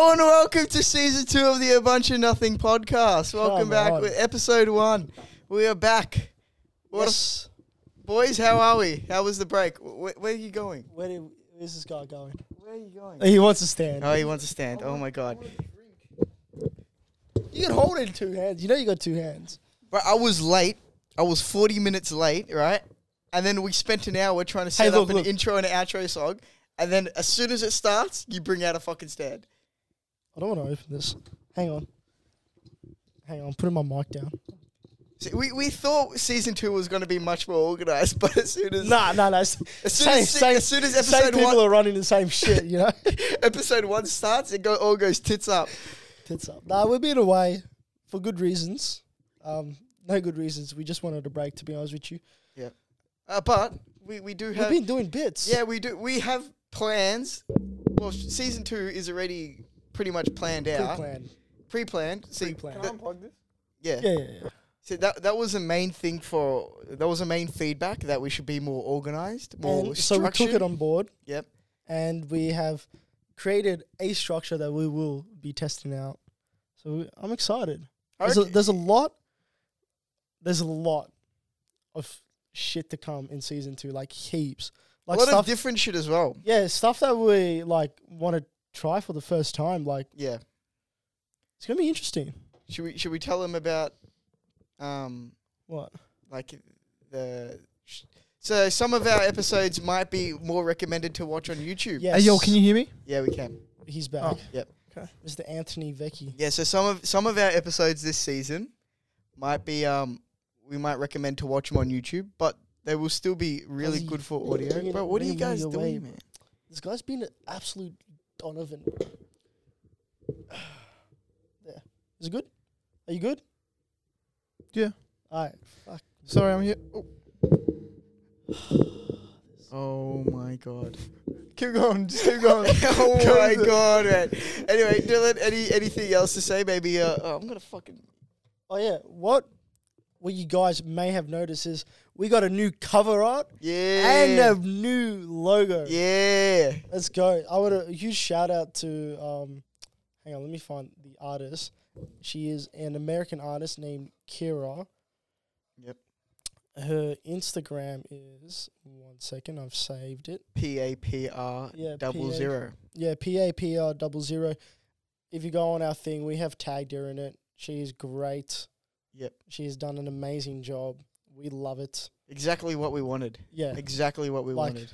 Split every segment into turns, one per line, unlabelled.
Welcome to season two of the A Bunch of Nothing podcast. Welcome
Come
back
on.
with episode one. We are back. What
Yes.
boys, how are we? How was the break? Where, where are you going?
Where did, where's this guy going?
Where are you going?
He wants to stand.
Oh, he wants to stand. Oh my god.
You can hold it in two hands. You know you got two hands.
Bro, I was late. I was 40 minutes late, right? And then we spent an hour trying to set
look,
up an
look.
intro and an outro song. And then as soon as it starts, you bring out a fucking stand.
I don't want to open this. Hang on. Hang on. I'm putting my mic down.
See, we, we thought season two was going to be much more organized, but as soon as
Nah, nah, nah. As soon
As soon as- as soon as
same
episode
people
one-
are running the same shit, you know.
episode one starts, it go, all goes tits up.
Tits up. Nah, we're being away for good reasons. Um, no good reasons. We just wanted a break, to be honest with you.
Yeah. Uh, but we, we do
We've
have.
been doing bits.
yeah, we do. We have plans. Well, sh- season two is already pretty much planned out.
pre-planned.
Pre planned. See,
Pre-planned.
th- yeah.
Yeah, yeah, yeah.
See, that, that was the main thing for. That was the main feedback that we should be more organized, more
And so we
structured.
took it on board.
Yep.
and we have created a structure that we will be testing out. So we, I'm excited. There's a,
Okay.
there's a lot. There's a lot of shit to come in season two, like heaps,
a
like
lot of
stuff.
different shit as well.
yeah, stuff that we like want to try for the first time. Like
Yeah.
it's gonna be interesting.
Should we should we tell them about um
What?
like the sh- so some of our episodes might be more recommended to watch on YouTube.
Yes.
Hey, yo, can you hear me?
Yeah, we can.
He's back.
Oh.
Yep.
Okay.
Mr. Anthony Vecchi.
Yeah, so some of some of our episodes this season might be um we might recommend to watch them on YouTube, but they will still be really
Ozzy,
good for audio.
bringing it-
Bro, what are you
bringing it
guys
your
doing,
way.
man?
This guy's been an absolute Donovan. there. Is it good? Are you good?
Yeah.
All right. Fuck.
Sorry, I'm here.
Oh my god.
Keep going. Just keep going.
oh
Go
my
with it.
god, man. Anyway, Dylan, any anything else to say? Maybe uh oh, I'm gonna fucking
Oh yeah. What what you guys may have noticed is we got a new cover art
Yeah
and a new logo.
Yeah.
Let's go. I want a huge shout out to um hang on, let me find the artist. She is an American artist named Kira.
Yep.
Her Instagram is one second, I've saved it.
P A P R
Yeah,
double
PA.
zero.
Yeah, P A P R double zero. If you go on our thing, we have tagged her in it. She is great.
Yep.
She has done an amazing job. We love it.
Exactly what we wanted.
Yeah.
Exactly what we
Like-
wanted.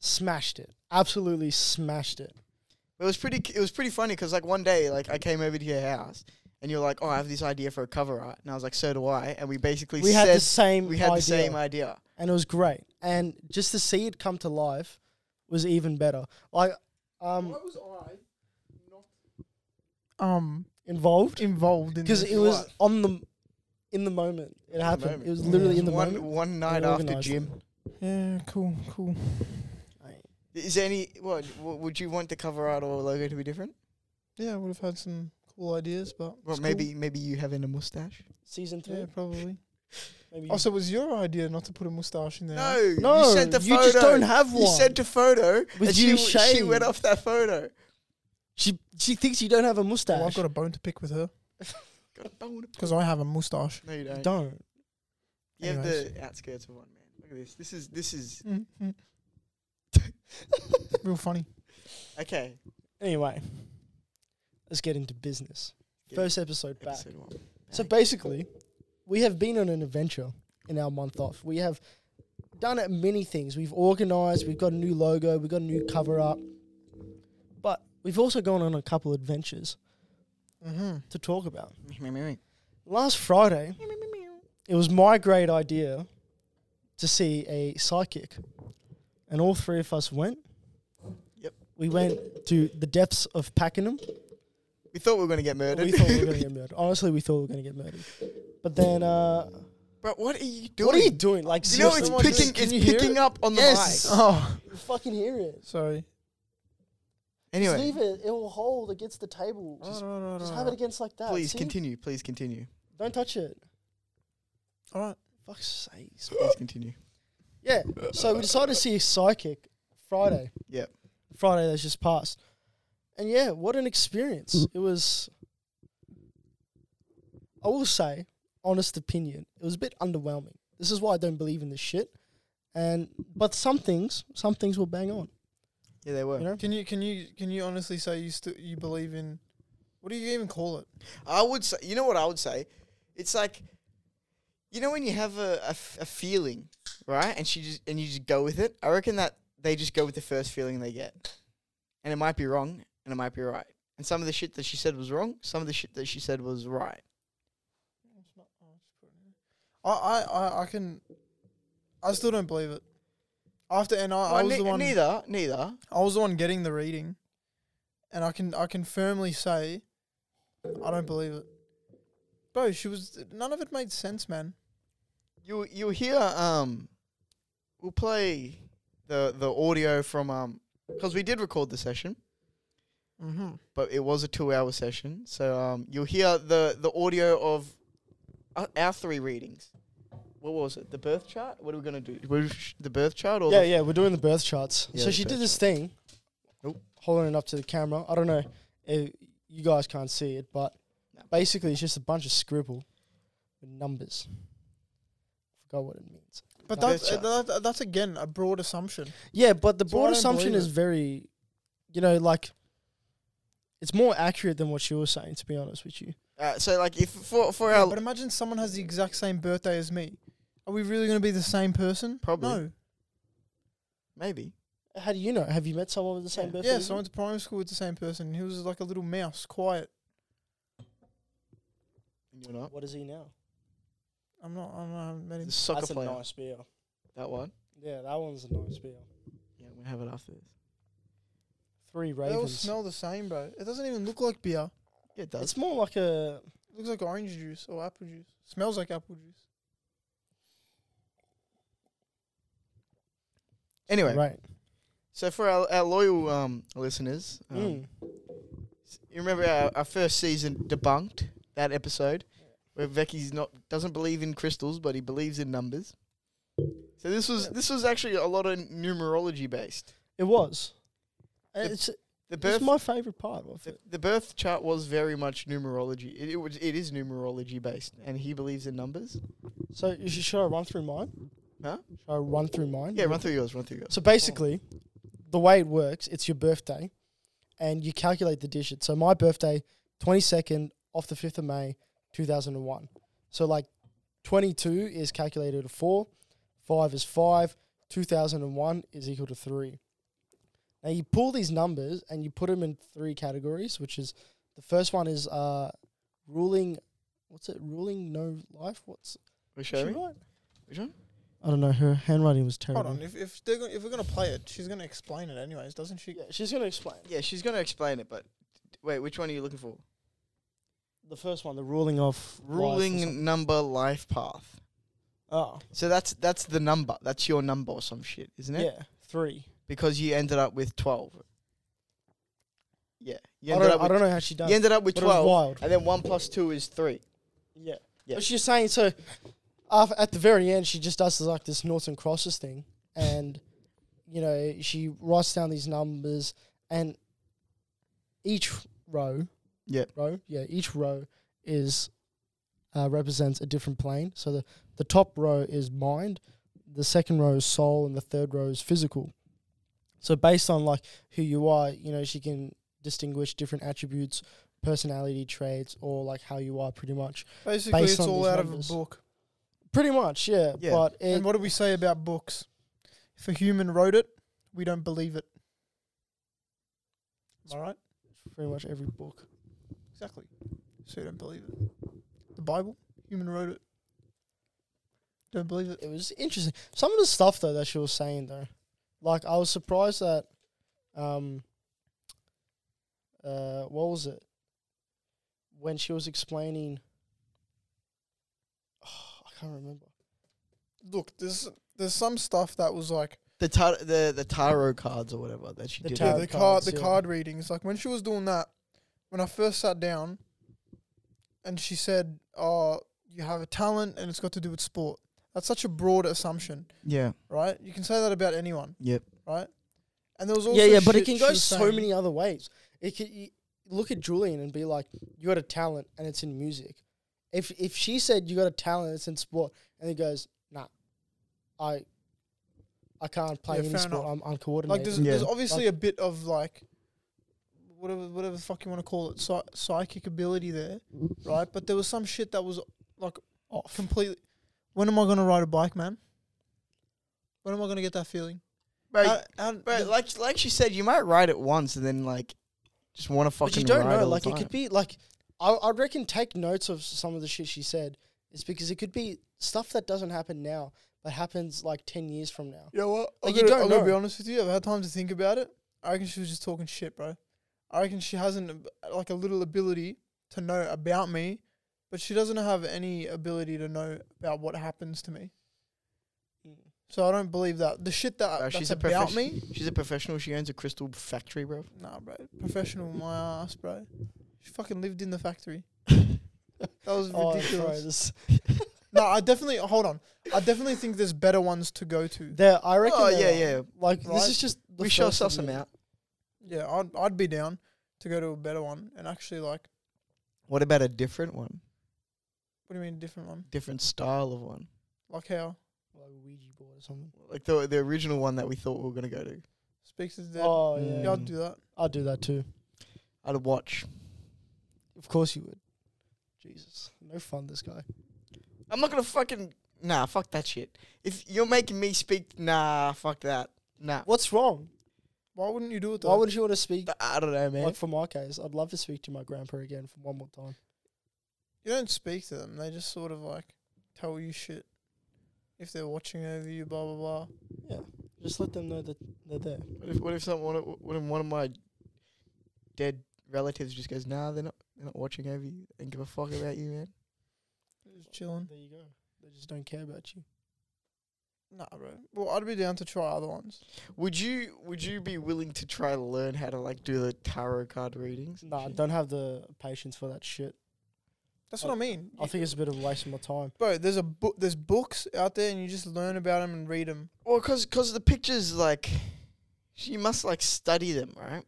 smashed it. Absolutely smashed it.
It was pretty. It was pretty funny because like one day, like I came over to your house and you're like, "Oh, I have this idea for a cover art," and I was like, "So do I." And we basically
We
said
had the same
we had
idea,
the same idea.
and it was great. And just to see it come to life was even better. Like, um,
was I not um
involved
involved in
because
this?
it was on the in the moment. It happened.
moment.
It was literally
Yeah.
in the
one
moment.
one
We
night after
organised
gym.
it.
Yeah, cool, cool.
Is there any what w- would you want the cover art or logo to be different?
Yeah, I would have had some cool ideas, but
Well,
it's
maybe maybe you having a mustache.
Season
cool.
three.
Yeah, probably.
Maybe
Also, it was your idea not to put a mustache in there? right?
No,
No,
you sent the
you
photo.
just don't have
You
one.
sent a photo
With
and
you
she, she
shaved.
went off that photo.
she she thinks you don't have a mustache.
Well, I've got a bone to pick with her
God, I don't wanna-
because I have a mustache.
No, you don't.
don't.
You have
Anyways.
the outskirts of one man. Look at this. This is this is
Mhm. Real funny.
okay.
Anyway, let's get into business.
Get
First episode back.
Episode one.
So
Back.
basically, we have been on an adventure in our month off. We have done uh, many things. We've organized, we've got a new logo, we've got a new cover up. But we've also gone on a couple adventures
Mm-hmm.
to talk about.
Meow.
Last Friday, it was my great idea to see a psychic. And all three of us went.
Yep.
We went to the depths of Pakenham.
We thought we were gonna get murdered.
We thought we were going to get murdered. Honestly, we thought we were going to get murdered. But then, uh,
but what are you doing?
what are you doing? Like,
You know
seriously?
it's
Someone
picking
just- can you
it's
hear
picking
it?
up on the
Yes.
mic.
Oh,
You fucking hear it.
sorry.
Anyway,
Just leave it. It will hold against the table. Just,
All right, all right,
just
all
have
right.
it against like that.
please
see?
continue. Please continue.
Don't touch it.
All right.
Fuck's sakes.
Please continue.
yeah. So we decided to see a psychic Friday.
Yep.
Friday that's just passed. And yeah, what an experience. It was, I will say, honest opinion, it was a bit underwhelming. This is why I don't believe in this shit. And but some things, some things will bang on.
Yeah, they were.
You know?
Can you can you can you honestly say you still you believe in? What do you even call it?
I would say, you know what I would say? It's like, you know, when you have a, a f- a feeling, right? And she just and you just go with it. I reckon that they just go with the first feeling they get, and it might be wrong, and it might be right. And some of the shit that she said was wrong. Some of the shit that she said was right.
I I I, I can. I still don't believe it. After and I, I
Well,
was
ne-
the one.
Neither, neither.
I was the one getting the reading, and I can I can firmly say, I don't believe it. Bro, she was none of it made sense, man.
You you hear um, we'll play the the audio from um, because we did record the session.
Mm-hmm.
but it was a two-hour session. So um, you'll hear the the audio of uh, our three readings. What was it? The birth chart. What are we gonna do? We sh- The birth chart or
Yeah,
the
yeah, we're doing the birth charts.
Yeah,
so
the
she did
birth
this thing,
Nope.
holding it up to the camera. I don't know, if you guys can't see it, but
No.
basically it's just a bunch of scribble with numbers. Forgot what it means.
But
No.
that's
Betcha.
uh, that, that's again a broad assumption.
Yeah, but the
So I
broad
don't
assumption
believe
is
it.
very, you know, like it's more accurate than what you were saying. To be honest with you,
Uh, so like if for for
Yeah,
our
but imagine someone has the exact same birthday as me. Are we really going to be the same person?
Probably.
No.
maybe
how do you know? Have you met someone with the same
Yeah.
birthday?
Yeah,
as
so I
you?
went to primary school with the same person. He was like a little mouse, quiet.
you're not
What is he now?
I'm not. I'm not I haven't met him.
the soccer
That's a
player.
nice beer.
That one.
Yeah, that one's a nice beer.
Yeah, we have it after this.
Three
They all
Ravens.
smell the same, bro. It doesn't even look like beer.
Yeah, it does.
It's more like a
It looks like orange juice or apple juice. Smells like apple juice.
Anyway,
right.
so for our, our loyal um, listeners, um,
Mm.
s- you remember our, our first season debunked that episode where Vecky's not doesn't believe in crystals, but he believes in numbers. So this was this was actually a lot of numerology based.
It was.
The
It's,
The
it's
birth
my favorite part of
the,
it.
the birth chart was very much numerology. It, it was it is numerology based, and he believes in numbers.
So you should, should I run through mine?
Huh?
Should I run through mine?
Yeah, run through yours. Run through yours.
So basically, the way it works, it's your birthday, and you calculate the digits. So my birthday, twenty second off the fifth of May, two thousand and one. So like, twenty two is calculated at four, five is five, two thousand and one is equal to three. Now you pull these numbers and you put them in three categories, which is the first one is uh, ruling. What's it? Ruling no life. What's
We
is she
showing
right?
which one?
I don't know. Her handwriting was terrible.
Hold on. If if they're gonna, if we're gonna play it, she's gonna explain it anyways, doesn't she?
Yeah, she's gonna explain.
Yeah, she's gonna explain it, but wait, which one are you looking for?
The first one, the ruling of life or something.
Ruling number life path.
Oh,
So that's that's the number. That's your number or some shit, isn't it?
yeah, three.
Because you ended up with twelve. Yeah, you
I
ended
don't,
up
I
with,
don't know how she done.
you
it,
ended up with
but it was
twelve,
wild.
and then one plus two is three.
Yeah.
Yeah.
But she's saying so. af at the very end, she just does like this Norton crosses thing, and you know she writes down these numbers, and each row.
Yep.
Row. Yeah. Each row is uh, represents a different plane. So the the top row is mind, the second row is soul, and the third row is physical. So based on like who you are, you know she can distinguish different attributes, personality traits, or like how you are pretty much.
Basically,
Based
it's
on
all
these
out
numbers.
of a book.
Pretty much, yeah.
Yeah.
But it,
and what do we say about books? If a human wrote it, we don't believe it. Am I right?
pretty much every book.
Exactly. So you don't believe it. The Bible, human wrote it. Don't believe it.
It was interesting. Some of the stuff though that she was saying though, like I was surprised that, um, uh, what was it? When she was explaining, I can't remember.
Look, there's there's some stuff that was like
The tar- the the tarot cards or whatever that she
The
did.
tar-
yeah,
Tarot
the card
cards,
the
yeah.
card readings. Like when she was doing that, when I first sat down, and she said, "Oh, you have a talent, and it's got to do with sport." That's such a broad assumption,
yeah.
right? You can say that about anyone.
Yep.
right? And there was also
Yeah, yeah, but it
shit
can
she
go
was
so
saying.
many other ways. It could you look at Julian and be like, "You got a talent, and it's in music." If if she said you got a talent, it's in sport, and he goes, "Nah, I, I can't play
Yeah,
any
fair
sport.
enough.
I'm
Like
uncoordinated."
there's,
Yeah.
there's obviously a bit of like whatever whatever the fuck you want to call it psy- psychic ability there, right? But there was some shit that was like off completely. When am I gonna ride a bike, man? When am I gonna get that feeling?
Bro,
Uh,
How- how-
bro,
the-
like like she said, you might ride it once and then like just want to fucking.
but you don't
ride
know.
all
Like
the
it
time.
could be like, I I reckon take notes of some of the shit she said. It's because it could be stuff that doesn't happen now, but happens like ten years from now.
You know what? I'm,
Like,
gonna,
you don't
I'm gonna be
know.
honest with you. I've had time to think about it. I reckon she was just talking shit, bro. I reckon she hasn't ab- like a little ability to know about me, but she doesn't have any ability to know about what happens to me. So I don't believe that the shit that
Bro,
that's
Uh, she's a
about
profession-
me.
She's a professional. She owns a crystal factory, bro.
Nah, bro. Professional, my ass, bro. She fucking lived in the factory. That was
Oh, bro,
ridiculous.
this,
no, I definitely hold on. I definitely think there's better ones to go to.
there, I reckon.
Oh
there
yeah,
are.
yeah.
Like this
Right?
is just the
We shall
first of
suss them
many.
out.
Yeah, I'd I'd be down to go to a better one and actually like.
What about a different one?
What do you mean different one?
Different style of one,
Like how?
like a Ouija board or something.
like the the original one that we thought we were gonna go to.
Speaks to the dead.
Oh
Mm.
yeah,
yeah, I'd do that.
I'll do that too.
I'd watch.
Of course you would. Jesus, no fun this guy.
I'm not gonna fucking nah. Fuck that shit. If you're making me speak, nah. Fuck that. Nah.
What's wrong?
Why wouldn't you do it though?
Why wouldn't you want to speak?
I don't know, man.
Like for my case, I'd love to speak to my grandpa again for one more time.
you don't speak to them. They just sort of like tell you shit. If they're watching over you, blah blah blah.
Just let them know that they're there.
What if what if someone what if one of my dead relatives just goes, nah, they're not they're not watching over you and give a fuck about you, man.
Just chilling.
There you go. They just don't care about you.
Nah, bro. Well, I'd be down to try other ones.
Would you would you be willing to try to learn how to like do the tarot card readings? and
Nah, I
shit?
don't have the patience for that shit.
That's what I mean.
I think it's a bit of a waste of my time.
bro, there's a book. There's books out there, and you just learn about them and read them.
Well, cause 'cause the pictures like you must like study them, right?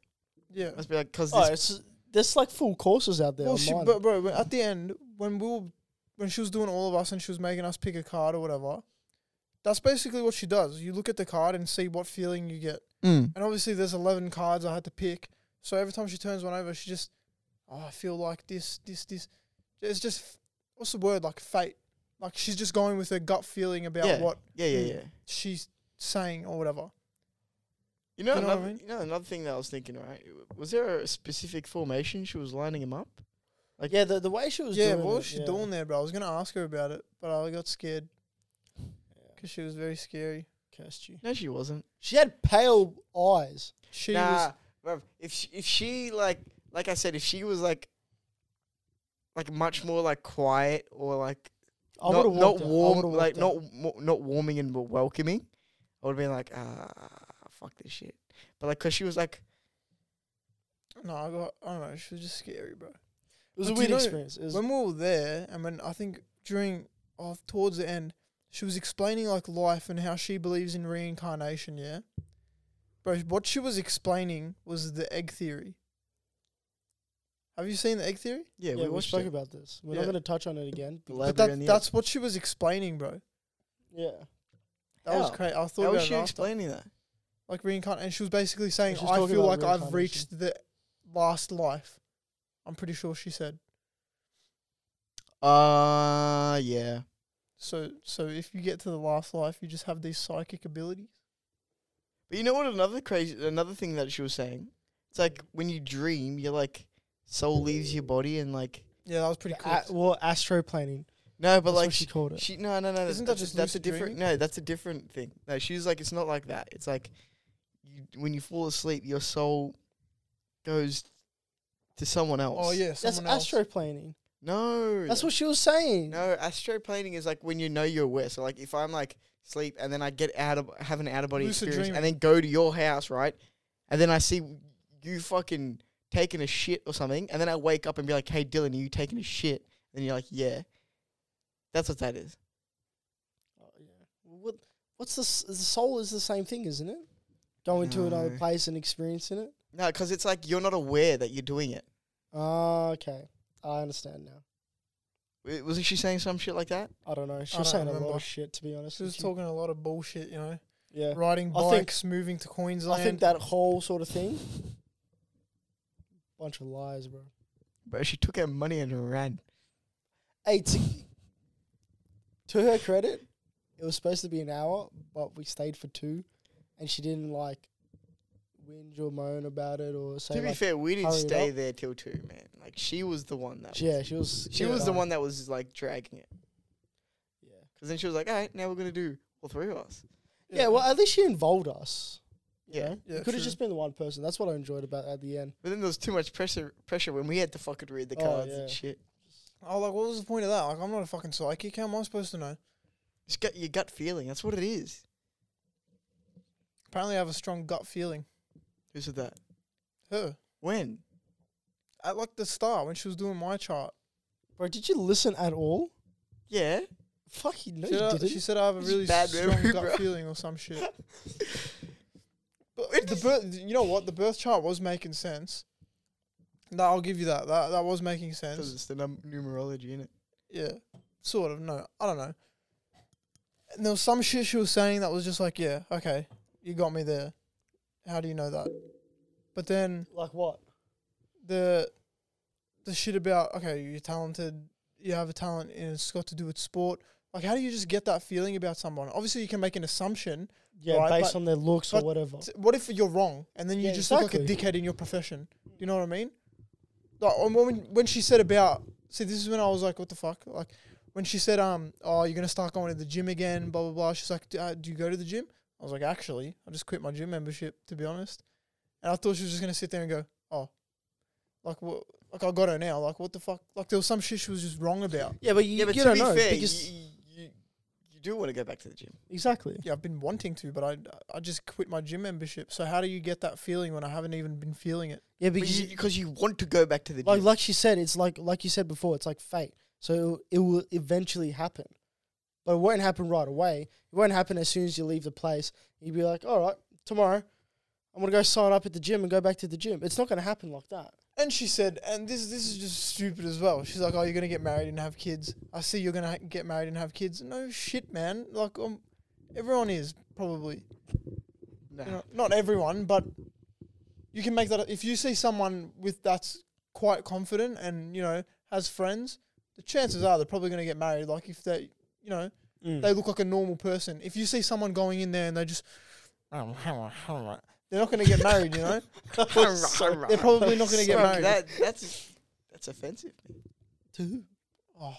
Yeah.
Must be like cause
Oh,
this
it's there's like full courses out there
Well, she,
online.
but bro, when- at the end, when we were, when she was doing all of us and she was making us pick a card or whatever, that's basically what she does. You look at the card and see what feeling you get.
Mm.
And obviously, there's 11 cards I had to pick. So every time she turns one over, she just, oh, I feel like this, this, this. It's just, what's the word? Like fate. Like she's just going with her gut feeling about
Yeah.
what
Yeah, yeah,
Mm.
yeah.
she's saying or whatever.
You know,
You know what I
another,
mean?
you know another thing that I was thinking, right? Was there a specific formation she was lining him up? Like-
yeah, the, the way she was
Yeah,
doing
what
it,
was she
yeah.
doing there, bro? I was going to ask her about it, but I got scared
Yeah,
because she was very scary.
cursed you.
No, she wasn't.
She had pale eyes.
She
nah,
was.
bruv, if she, if she like like I said, if she was like like much more like quiet or like
I
not,
would've
not
walked out. I
warm,
would've
like
walked out.
not wa- not warming and welcoming, I would have been like, ah, fuck this shit. But like, cause she was like,
No, I got. I don't know. She was just scary, bro.
It was
But
a
do
weird
you know-
experience. It was,
When we were there, and when I think during, off towards the end, she was explaining like life and how she believes in reincarnation. Yeah, bro. What she was explaining was the egg theory. Have you seen the egg theory?
yeah,
yeah,
we
we
watched
spoke
it.
about this. We're
Yeah.
not going to touch on it again.
The
because-
Library
But
and
that,
the
that's what she was explaining, bro.
Yeah.
That was
How?
crazy. I
How
thought about
was
it
she
after.
explaining that?
like reincarnation. And she was basically saying,
She was
"I
talking
feel
about
like I've
reincarnation.
reached the last life." I'm pretty sure she said.
Uh, yeah.
So, so if you get to the last life, you just have these psychic abilities.
But you know what? Another crazy, another thing that she was saying. It's like when you dream, you're like soul leaves your body and like
Yeah, that was pretty cool.
A- well, astroplaning.
no, but
That's
like
what she
she,
called it.
she no no no.
Isn't that
that's,
just
that's a
lucid
different
dreaming?
no? That's a different thing. No, she was like, it's not like that. It's like you, when you fall asleep, your soul goes to someone else.
oh yeah,
That's
someone else.
astroplaning.
No,
That's what she was saying.
No, astroplaning is like when you know you're aware. So like if I'm like sleep and then I get out of have an out of body
Lucid
experience and then
dreaming.
go to your house, right? And then I see you fucking taking a shit or something, and then I wake up and be like, "Hey, Dylan, are you taking a shit?" And you're like, "Yeah." That's what that is.
Oh, yeah. What? What's this? The soul is the same thing, isn't it? going to another
No.
place and experiencing it.
No, because it's like you're not aware that you're doing it.
Ah, okay, I understand now.
W- Wasn't she saying some shit like that?
I don't know. She
I
was
don't
saying a lot
remember.
of shit, to be honest.
She was
with you.
talking a lot of bullshit, you know.
Yeah,
Riding
I think-
bikes, moving to
I
Queensland.
think that whole sort of thing, bunch of lies, bro.
Bro, she took our money and ran.
Hey, to, to her credit, it was supposed to be an hour, but we stayed for two, and she didn't like whinge or moan about it or say.
to be
like-
fair, we didn't
hurry it
stay
up.
there till two, man. Like she was the one that.
yeah, she was.
She
yeah,
was the
no,
one that was like dragging it.
Yeah.
Because then she was like, all right, now we're going to do all three of us.
yeah. well, at least she involved us. you
Yeah.
know?
Yeah,
it could have
true.
just been the one person. That's what I enjoyed about at the end.
But then there was too much pressure pressure when we had to fucking read the
Oh,
cards
yeah.
and shit.
Oh, like, what was the point of that? Like, I'm not a fucking psychic. How am I supposed to know?
It's gut, your gut feeling. That's what it is.
Apparently, I have a strong gut feeling.
Who said that?
Her.
When?
At, like, the start, when she was doing my chart.
Bro, did you listen at all?
Yeah.
Fuck, you no,
she,
you
said I-
didn't.
she said I have a
It's
really
bad
strong
memory,
gut
bro.
feeling or some shit. But
It
the
is-
birth, you know what? The birth chart was making sense. No, I'll give you that. That that was making
Because
sense.
it's the num- numerology in it.
Yeah, sort of. No, I don't know. And there was some shit she was saying that was just like, yeah, okay, you got me there. How do you know that? But then
like what?
the the shit about okay, you're talented, you have a talent, and it's got to do with sport. Like, how do you just get that feeling about someone? Obviously, you can make an assumption.
Yeah,
Right,
based
but-
on their looks or
but-
whatever.
T- What if you're wrong, and then you
Yeah,
just look
exactly.
like a dickhead in your profession? Do you know what I mean? Like and when when she said about see, this is when I was like, what the fuck? Like when she said, um, oh, you're gonna start going to the gym again, blah blah blah. She's like, D- uh, do you go to the gym? I was like, actually, I just quit my gym membership to be honest. And I thought she was just gonna sit there and go, oh, like what? Like I got her now. Like what the fuck? Like there was some shit she was just wrong about.
Yeah, but you,
Yeah, but
you
to
don't
be
know
fair, you,
because
you, you do want to go back to the gym.
exactly.
Yeah, I've been wanting to, but I I just quit my gym membership. So how do you get that feeling when I haven't even been feeling it?
Yeah,
Because
because
you, 'cause you want to go back to the
like
gym.
like she said, it's like like you said before, it's like fate. So it will, it will eventually happen, but it won't happen right away. It won't happen as soon as you leave the place. You'd be like, all right, tomorrow, I'm gonna go sign up at the gym and go back to the gym. It's not gonna happen like that.
And she said, and this this is just stupid as well. She's like, "Oh, you're gonna get married and have kids. I see you're gonna ha- get married and have kids." No shit, man. Like, um, everyone is probably
Nah.
you know, not everyone, but you can make that if you see someone with that's quite confident and you know has friends. The chances are they're probably gonna get married. Like if they, you know,
Hmm.
they look like a normal person. If you see someone going in there and they just, they're not gonna get married. You know, they're probably not gonna get
Fuck,
married.
That, that's, that's offensive. man.
Oh,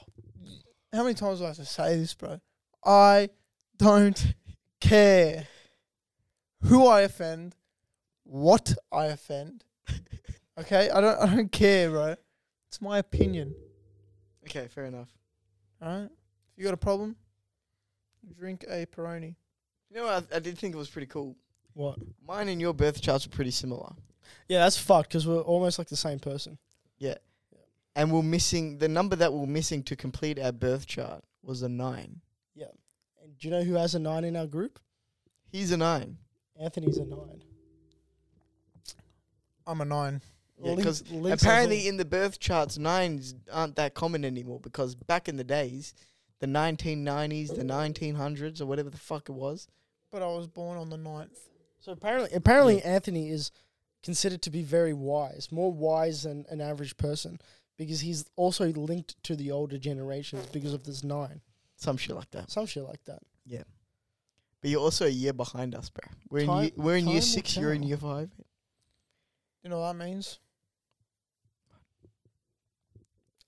how many times do I have to say this, bro? I don't care who I offend, what I offend. Okay, I don't. I don't care, bro. It's my opinion.
Okay, fair enough.
All right. If you got a problem, drink a Peroni.
You know, what? I, I did think it was pretty cool.
What?
Mine and your birth charts are pretty similar.
Yeah, that's fucked because we're almost like the same person.
And we're missing, the number that we're missing to complete our birth chart was a nine.
And do you know who has a nine in our group?
He's a nine.
Anthony's a nine.
I'm a nine.
Yeah,
Link's-
'cause
Link's a
Apparently,
four.
in the birth charts, nines aren't that common anymore because back in the days, the 1990s, the 1900s, or whatever the fuck it was,
But I was born on the 9th.
so apparently, apparently Anthony is considered to be very wise, more wise than an average person, because he's also linked to the older generations because of this nine,
some shit like that.
some shit like that.
But you're also a year behind us, bro. We're in
Time-
year, we're in
time
year
will
six. You're in
tell.
year five.
You know what that means?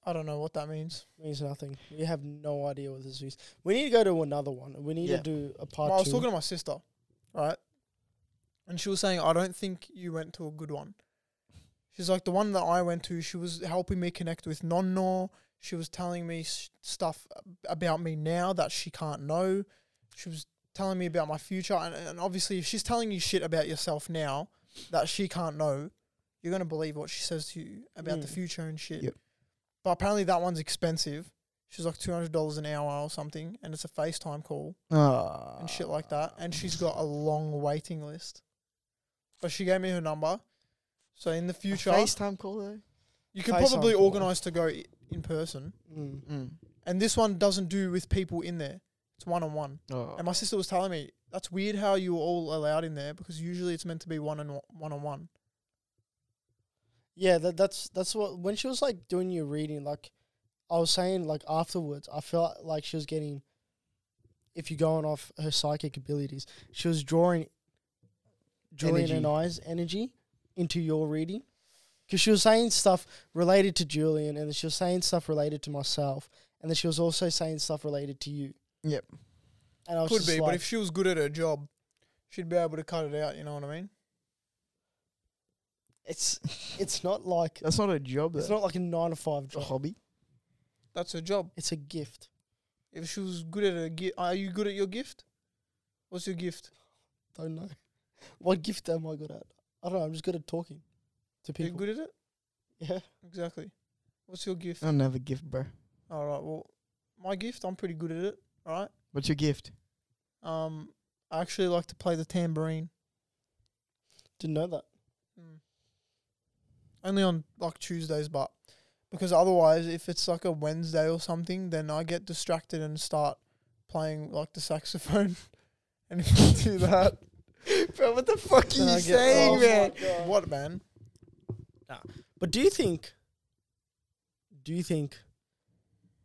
I don't know what that means.
Means nothing. We have no idea what this means. We need to go to another one. and We need
Yeah.
to do a part
Well, I was
two.
talking to my sister, right? And she was saying, I don't think you went to a good one. She's like, the one that I went to, she was helping me connect with Nonno. She was telling me s- stuff ab- about me now that she can't know. She was telling me about my future. And, and obviously, if she's telling you shit about yourself now that she can't know, you're going to believe what she says to you about the
Mm.
future and shit.
Yep.
But apparently, that one's expensive. She's like $200 an hour or something. And it's a FaceTime call
Ah,
and shit like that. And she's got a long waiting list. But she gave me her number. So in the
A
future,
FaceTime call though.
you can
FaceTime
probably
call.
organize to go i- in person.
Mm.
Mm.
And this one doesn't do with people in there. It's one on one.
Oh.
And my sister was telling me that's weird how you were all allowed in there because usually it's meant to be one and one on one.
Yeah, that, that's that's what when she was like doing your reading, like I was saying, like afterwards, I felt like she was getting. If you're going off her psychic abilities, she was drawing, drawing
Energy.
and I's energy into your reading, because she was saying stuff related to Julian, and then she was saying stuff related to myself, and then she was also saying stuff related to you.
Yep.
And I was
Could
just
be,
like,
but if she was good at her job, she'd be able to cut it out. You know what I mean?
It's
it's not like
that's not a job. Though.
it's not like a nine to five
It's a
job.
hobby.
That's her job.
It's a gift.
If she was good at her gift, are you good at your gift? What's your gift?
Don't know. What gift am I good at? I don't know. I'm just good at talking to
Are you
people.
good at it?
Yeah.
Exactly. What's your gift?
I don't have a gift, bro.
All right. Well, my gift, I'm pretty good at it. All right.
What's your gift?
Um, I actually like to play the tambourine.
Didn't know that.
Mm. Only on like Tuesdays, but because otherwise, if it's like a Wednesday or something, then I get distracted and start playing like the saxophone. and if I do that,
bro, what the fuck are
then I
you
get
saying,
off.
man?
What man?
But do you think? Do you think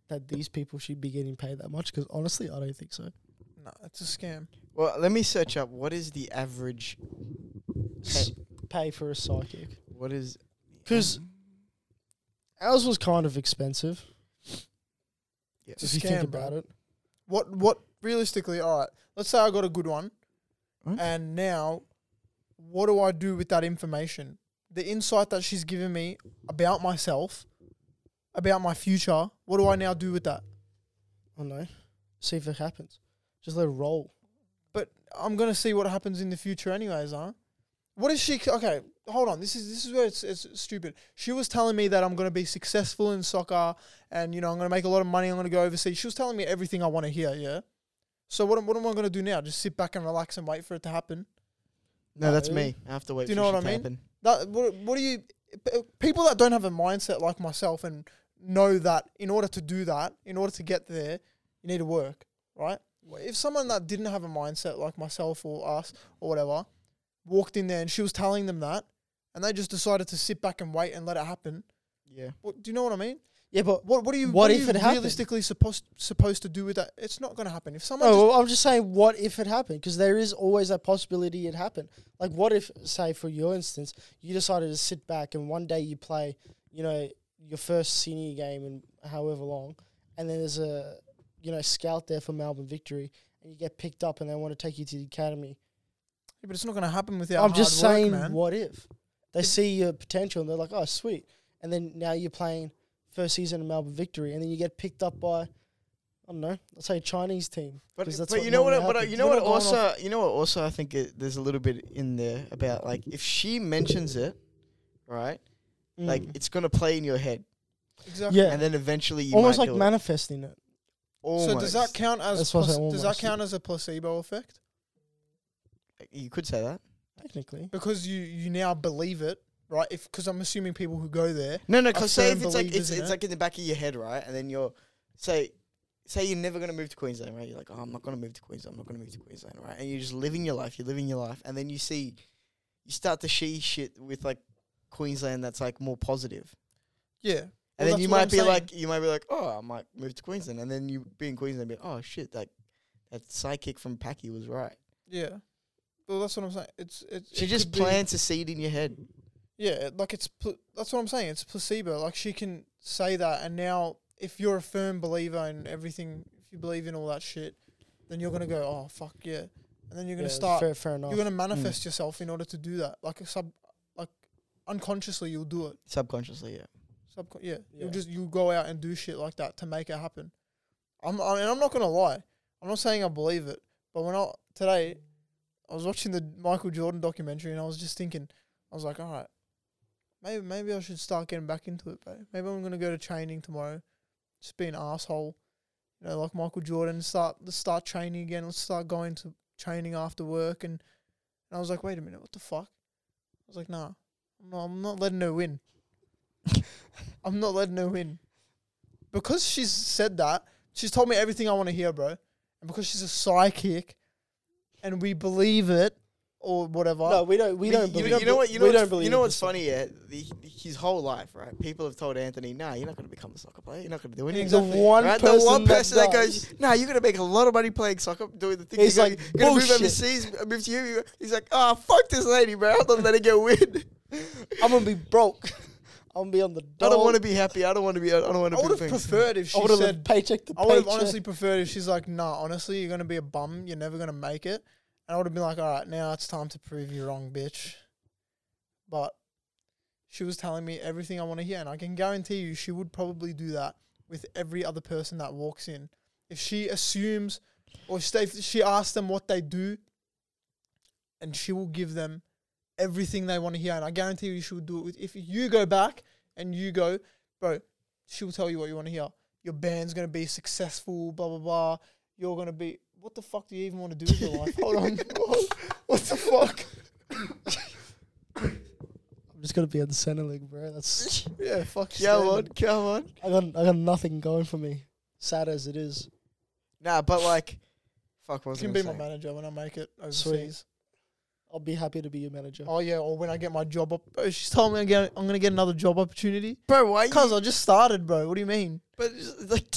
that these people should be getting paid that much? Because honestly, I don't think so.
No, it's a scam.
Well, let me search up what is the average.
S- Pay for a psychic.
What is?
'Cause- Ours was kind of expensive.
Yeah.
It's
If
a
you think
scam, bro.
about it,
What what realistically, all right, let's say I got a good one
What?
and now what do I do with that information? The insight that she's given me about myself, about my future, what do I now do with that?
I don't know. See if it happens. Just let it roll.
But I'm gonna see what happens in the future anyways, huh? What is she okay, hold on, this is this is where it's it's stupid. She was telling me that I'm gonna be successful in soccer and you know, I'm gonna make a lot of money, I'm gonna go overseas. She was telling me everything I wanna hear, yeah? So what, am- what am I gonna do now? Just sit back and relax and wait for it to happen?
No, that's me. I have to wait.
Do you
for
know
shit
what
to
I mean?
happen.
That what, what do you p- people that don't have a mindset like myself and know that in order to do that, in order to get there, you need to work, right? If someone that didn't have a mindset like myself or us or whatever walked in there and she was telling them that, and they just decided to sit back and wait and let it happen,
Yeah.
what, do you know what I mean?
Yeah, but
What what do you
What
what, are
if
you
it happened?
realistically supposed supposed to do with that? It's not going to happen. If someone
No,
just-
Oh, well, I'm just saying, what if it happened? Because there is always that possibility it happened. Like, what if, say, for your instance, you decided to sit back and one day you play, you know, your first senior game in however long, and then there's a, you know, scout there for Melbourne Victory, and you get picked up and they want to take you to the academy.
Yeah, but it's not going to happen without
I'm just
hard work,
saying,
man.
what if they see your potential and they're like, oh, sweet, and then now you're playing first season in Melbourne Victory, and then you get picked up by, I don't know, let's say a Chinese team.
But,
'cause
but you know what?
normally
I- But I-
happens.
you know
We're
what?
not going
Also, you know what? Also, I think it, there's a little bit in there about like if she mentions it, right? Like
Mm.
it's gonna play in your head,
Exactly.
Yeah,
and then eventually you
almost
might
like
do it.
manifesting it.
So does that
Almost.
count as
That's what I
plas-
said,
does that
almost.
count as a placebo effect?
You could say that.
Technically,
because you you now believe it, right? If because I'm assuming people who go there,
No, no. Because say
firm
if it's like
believers
it's,
in
it's
it.
like in the back of your head, right? And then you're say say you're never gonna move to Queensland, right? You're like, oh, I'm not gonna move to Queensland. I'm not gonna move to Queensland, right? And you're just living your life. You're living your life, and then you see you start to see shit with like Queensland that's like more positive.
yeah,
And
Well,
then
that's
you
what
might
I'm
be
saying.
like, you might be like, oh, I might move to Queensland, and then you be in Queensland, and be like, oh shit, that that psychic from Packy was right.
yeah. Well, that's what I'm saying. It's it's
She
it
just
could be-
plants a seed in your head.
yeah, like it's pl- that's what I'm saying. It's placebo. Like she can say that, and now if you're a firm believer in everything, if you believe in all that shit, then you're gonna go, oh fuck yeah, and then you're gonna
Yeah,
start.
Fair, fair enough.
You're
Mm.
gonna manifest yourself in order to do that. Like a sub, like unconsciously you'll do it.
Subconsciously, yeah.
Subcon- yeah.
Yeah.
You'll just you go out and do shit like that to make it happen. I'm I mean, I'm not gonna lie. I'm not saying I believe it, but when I today I was watching the Michael Jordan documentary and I was just thinking, I was like, all right, maybe maybe I should start getting back into it, bro. Maybe I'm gonna go to training tomorrow, just be an asshole, you know, like Michael Jordan. Start let's start training again. Let's start going to training after work and. And I was like, wait a minute, what the fuck? was like, nah, no, I'm not letting her win. I'm not letting her win. Because she's said that, she's told me everything I want to hear, bro. And because she's a psychic and we believe it or whatever.
No, we don't. We, don't
you,
believe.
you know what? You know,
we
what's,
don't believe.
you know
in
what's
this stuff.
funny? Yeah, the, his whole life, right? People have told Anthony, "Nah, you're not going to become a soccer player. You're not going to do anything."
The one
Right?
person,
the one person that,
does.
goes, "Nah, you're going to make a lot of money playing soccer, doing the thing."
He's
you're
like,
gonna, you're gonna move
"Bullshit."
overseas, uh, move to you. He's like, "Ah, fuck this lady, bro. I'm not letting her win.
I'm gonna be broke. I'm gonna be on the.
I don't want
to.
to be happy. I don't want to be. I don't want
I
to
would
be
have
things."
preferred if
I
she
would
said,
have paycheck to
I would
paycheck.
have honestly preferred if she's like, nah, honestly, you're gonna be a bum. You're never gonna make it. And I would have been like, all right, now it's time to prove you wrong, bitch. But she was telling me everything I want to hear, and I can guarantee you, she would probably do that with every other person that walks in. If she assumes, or she- if she asks them what they do, and she will give them everything they want to hear, and I guarantee you, she would do it with. If you go back and you go, bro, she will tell you what you want to hear your band's gonna be successful, blah blah blah. You're gonna be what the fuck do you even want to do with your life? Hold on, what the fuck?
I'm just gonna be on the center league, bro. That's.
Yeah, fuck.
Come on,
standard.
come on.
I got. I got nothing going for me. Sad as it is.
Nah, but like, fuck. What
You
was I
can be
gonna
my
say?
manager when I make it overseas.
I'll be happy to be your manager.
Oh yeah, or when I get my job up. Bro, she's told me I'm gonna, I'm gonna get another job opportunity.
bro. Why? You,
Cause I just started, bro. What do you mean?
but like,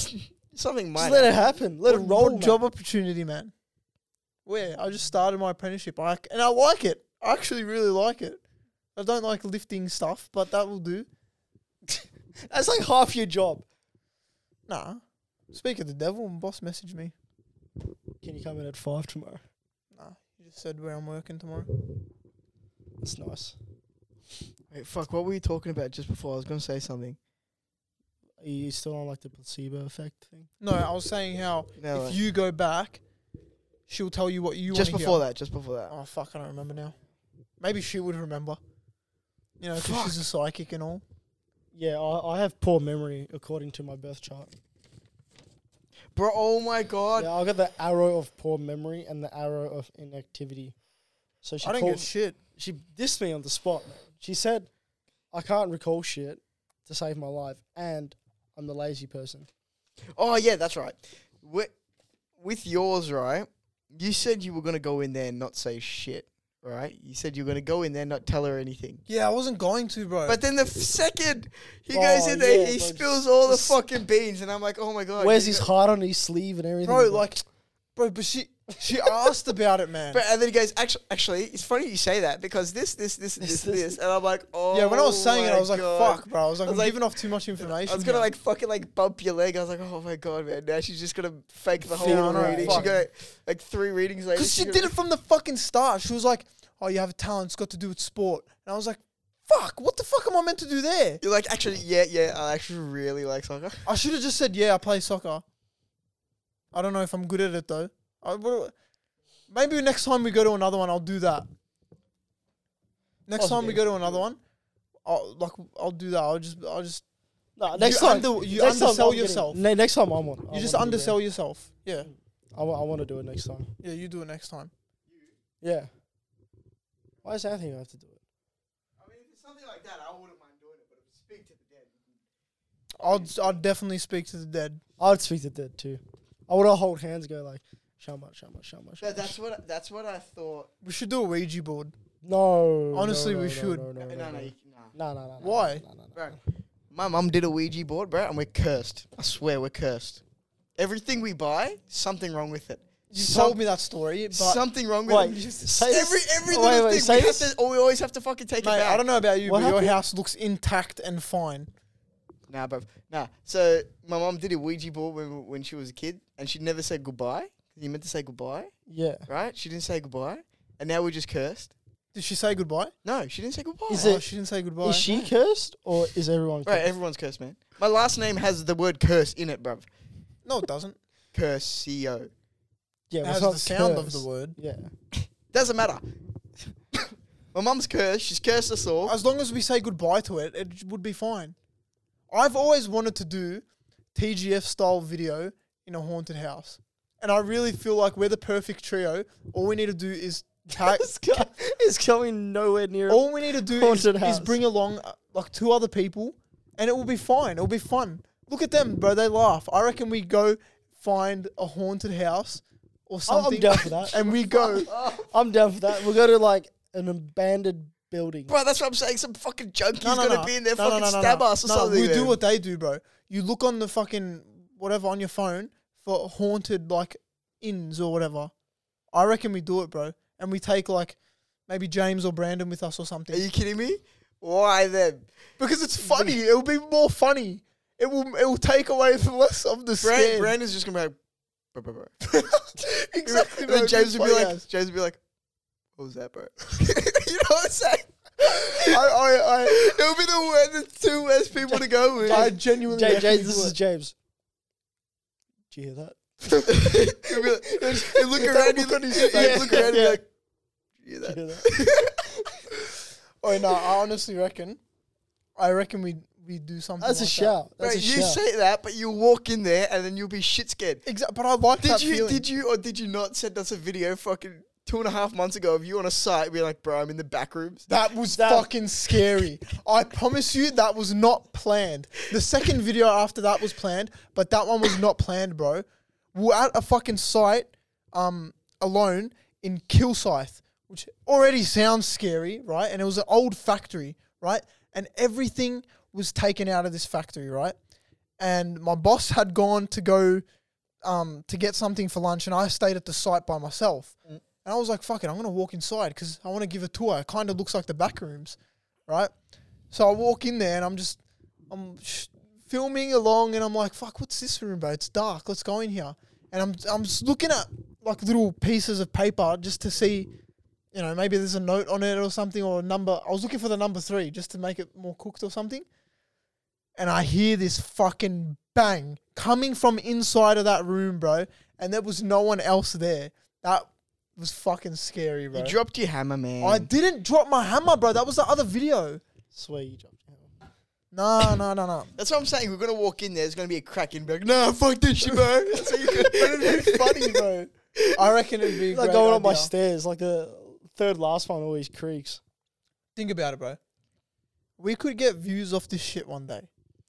something might.
Just let it
happen.
happen. Let it
What-
roll.
what
mate.
job opportunity, man. Where I just started my apprenticeship, I, c- and I like it. I actually really like it. I don't like lifting stuff, but that will do.
That's like half your job.
Nah. Speak of the devil, my boss messaged me.
Can you come in at five tomorrow?
Nah, you just said where I'm working tomorrow.
That's nice.
Wait, fuck. What were you talking about just before? I was gonna say something.
Are you still on like the placebo effect thing?
No, I was saying how
No,
if
like-
you go back, she'll tell you what you
just
wanna
before
hear.
that. Just before that.
Oh fuck, I don't remember now. Maybe she would remember. You know, 'cause
Fuck.
she's a psychic and all.
Yeah, I, I have poor memory according to my birth chart.
Bro, oh my god.
Yeah, I got the arrow of poor memory and the arrow of inactivity. So she
I don't
called,
get shit.
she dissed me on the spot. Man. She said, "I can't recall shit to save my life, and I'm the lazy person."
Oh yeah, that's right. With, with yours, right? You said you were gonna go in there and not say shit, right? You said you were gonna go in there and not tell her anything.
Yeah, I wasn't going to, bro.
But then the f- second he
Oh,
goes in there,
yeah,
he
bro,
spills
just-
all the
just-
fucking beans, and I'm like, oh my god.
Wears
you
his
go-
heart on his sleeve and everything.
bro, like bro, but she she asked about it, man.
Bro, and then he goes, actually, actually, it's funny you say that because this, this, this, this,
this-
this, and I'm like, oh.
yeah, when I was saying it,
my
I was like,
God.
fuck, bro. I was like,
I was
I'm
like-
giving off too much information.
I was gonna
here.
like fucking like bump your leg. I was like, oh my god, man. Now she's just gonna fake the whole
Feel
reading.
right.
She got like three readings later.
Because she
she's
did
gonna-
it from the fucking start. She was like, "Oh, you have a talent. It's got to do with sport." And I was like, "Fuck! What the fuck am I meant to do there?"
You're like, actually, yeah, yeah. I actually really like soccer.
I should have just said, "Yeah, I play soccer." I don't know if I'm good at it though. I, what, maybe next time we go to another one, I'll do that. Next time
Possibly.
we go to another one, I'll like I'll do that. I'll just I'll just
Uh,
no, next
you
time
under- you
next time
undersell
I'm getting-
yourself.
Ne- next time I'm on.
you just undersell yourself. Yeah,
I wa- I want to do it next time.
yeah. You do it next time.
Yeah. Why does Anthony have to do it?
I mean, if it's something like that, I wouldn't mind doing it. But if it's speak to the dead,
I'll I'll definitely speak to the dead.
I would speak to dead too. I would hold hands, go like, Shama, Shama, Shama, Shama.
that's what that's what I thought.
We should do a Ouija board.
No.
Honestly,
no,
we
no,
should.
No, no, no,
No,
no,
no,
no.
you- nah.
No, no, no, no,
Why?
No, no, no.
Bro, my mum did a Ouija board, bro, and we're cursed. I swear, we're cursed. Everything we buy, something wrong with it.
You
Some-
told me that story, but
something wrong with
Wait,
it.
you-
S-
say
Every
this-
every
wait,
little
wait,
thing
say
we have
this-
to, we always have to fucking take it
Mate,
back.
I don't know about you,
What
but
happened?
your house looks intact and fine.
Nah, bro. Nah. So my mom did a Ouija board when when she was a kid, and she never said goodbye. You meant to say goodbye,
Yeah.
right? She didn't say goodbye, and now we're just cursed.
Did she say goodbye?
No, she didn't say goodbye.
Is
oh,
it-
she didn't say goodbye.
Is she cursed or is everyone
Right,
cursed?
everyone's cursed, man. My last name has the word curse in it, bruv.
no, it doesn't.
Curcio.
Yeah,
It
but
has
it's
the
not
sound of
cursed.
the word.
Yeah.
Doesn't matter. my mum's cursed. She's cursed us all.
As long as we say goodbye to it, it would be fine. I've always wanted to do TGF style video in a haunted house. And I really feel like we're the perfect trio. All we need to do is Tag,
This guy is going nowhere near.
all we need to do is,
Haunted
is
house.
bring along uh, like two other people, and it will be fine. It'll be fun. Look at them, bro. They laugh. I reckon we go find a haunted house or
I'm,
something,
I'm down for that.
and we go.
I'm down for that. We'll go to like an abandoned building.
Bro, that's what I'm saying. Some fucking junkie's
no, no,
gonna
no.
be in there
No, no,
fucking
no, no,
stab
no.
us or
No,
something.
We do
man.
what they do, bro. You look on the fucking whatever on your phone for haunted like inns or whatever. I reckon we do it, bro. And we take like maybe James or Brandon with us or something.
Are you kidding me? Why then?
because it's funny. It'll be more funny. It will it will take away the less of the
Brand,
scare.
Brandon's just gonna be like, bro, bro, bro.
exactly.
And then
bro.
James would be
Funny
like,
as.
James would be like, what was that, bro? you know what I'm saying?
I, I, I,
It would be the, worst, the two worst people to go with.
I genuinely.
J-
reckon
James,
we
this
do
is
it.
James. Do you hear that?
You'd be like- you'd look
That
around, you
look
look,
on his
you'd
face.
look around, and be
Yeah.
like, you
Do you
that?
hear that?
Oh no! I honestly reckon. I reckon we we do something.
That's a
like that.
shout. That's
Bro,
a
you
shout.
say that, but you walk in there and then you'll be shit scared.
Exactly. But I like
Did
that
you?
feeling.
Did you or did you not send us a video fucking two and a half months ago of you on a site being like, bro, I'm in the back rooms.
That was
That-
fucking scary. I promise you, that was not planned. The second video after that was planned, but that one was not planned, bro. We We're at a fucking site, um, alone in Kilsyth, which already sounds scary, right? And it was an old factory, right? And everything was taken out of this factory, right? And my boss had gone to go um, to get something for lunch, and I stayed at the site by myself. And I was like, fuck it, I'm going to walk inside because I want to give a tour. It kind of looks like the back rooms, right? So I walk in there and I'm just, I'm sh- filming along and I'm like, fuck, what's this room, bro? It's dark. Let's go in here. And I'm, I'm just looking at like little pieces of paper just to see, you know, maybe there's a note on it or something or a number. I was looking for the number three just to make it more cooked or something. And I hear this fucking bang coming from inside of that room, bro. And there was no one else there. That was fucking scary, bro.
You dropped your hammer, man.
I didn't drop my hammer, bro. That was the other video.
Swear you dropped your hammer.
No, no, no, no.
That's what I'm saying. We're gonna walk in there. There's gonna be a crack in. Be like, nah, fuck this shit, bro. That's what you're gonna do.
Funny, bro. I reckon it'd be a
Like
great
going up my
idea.
stairs, like the third last one always creaks.
Think about it, bro. We could get views off this shit one day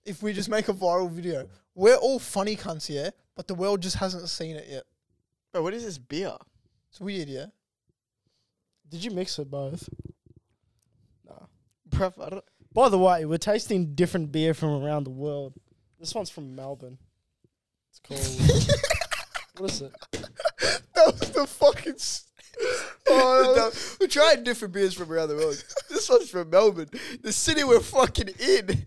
if we just make a viral video. We're all funny cunts, yeah, but the world just hasn't seen it yet.
Bro, what is this beer?
It's weird, yeah.
Did you mix it both?
Bro, I don't.
By the way, we're tasting different beer from around the world. This one's from Melbourne. It's called. what is it?
That was the fucking. S- oh, that
No, we're trying different beers from around the world. this one's from Melbourne, the city we're fucking in.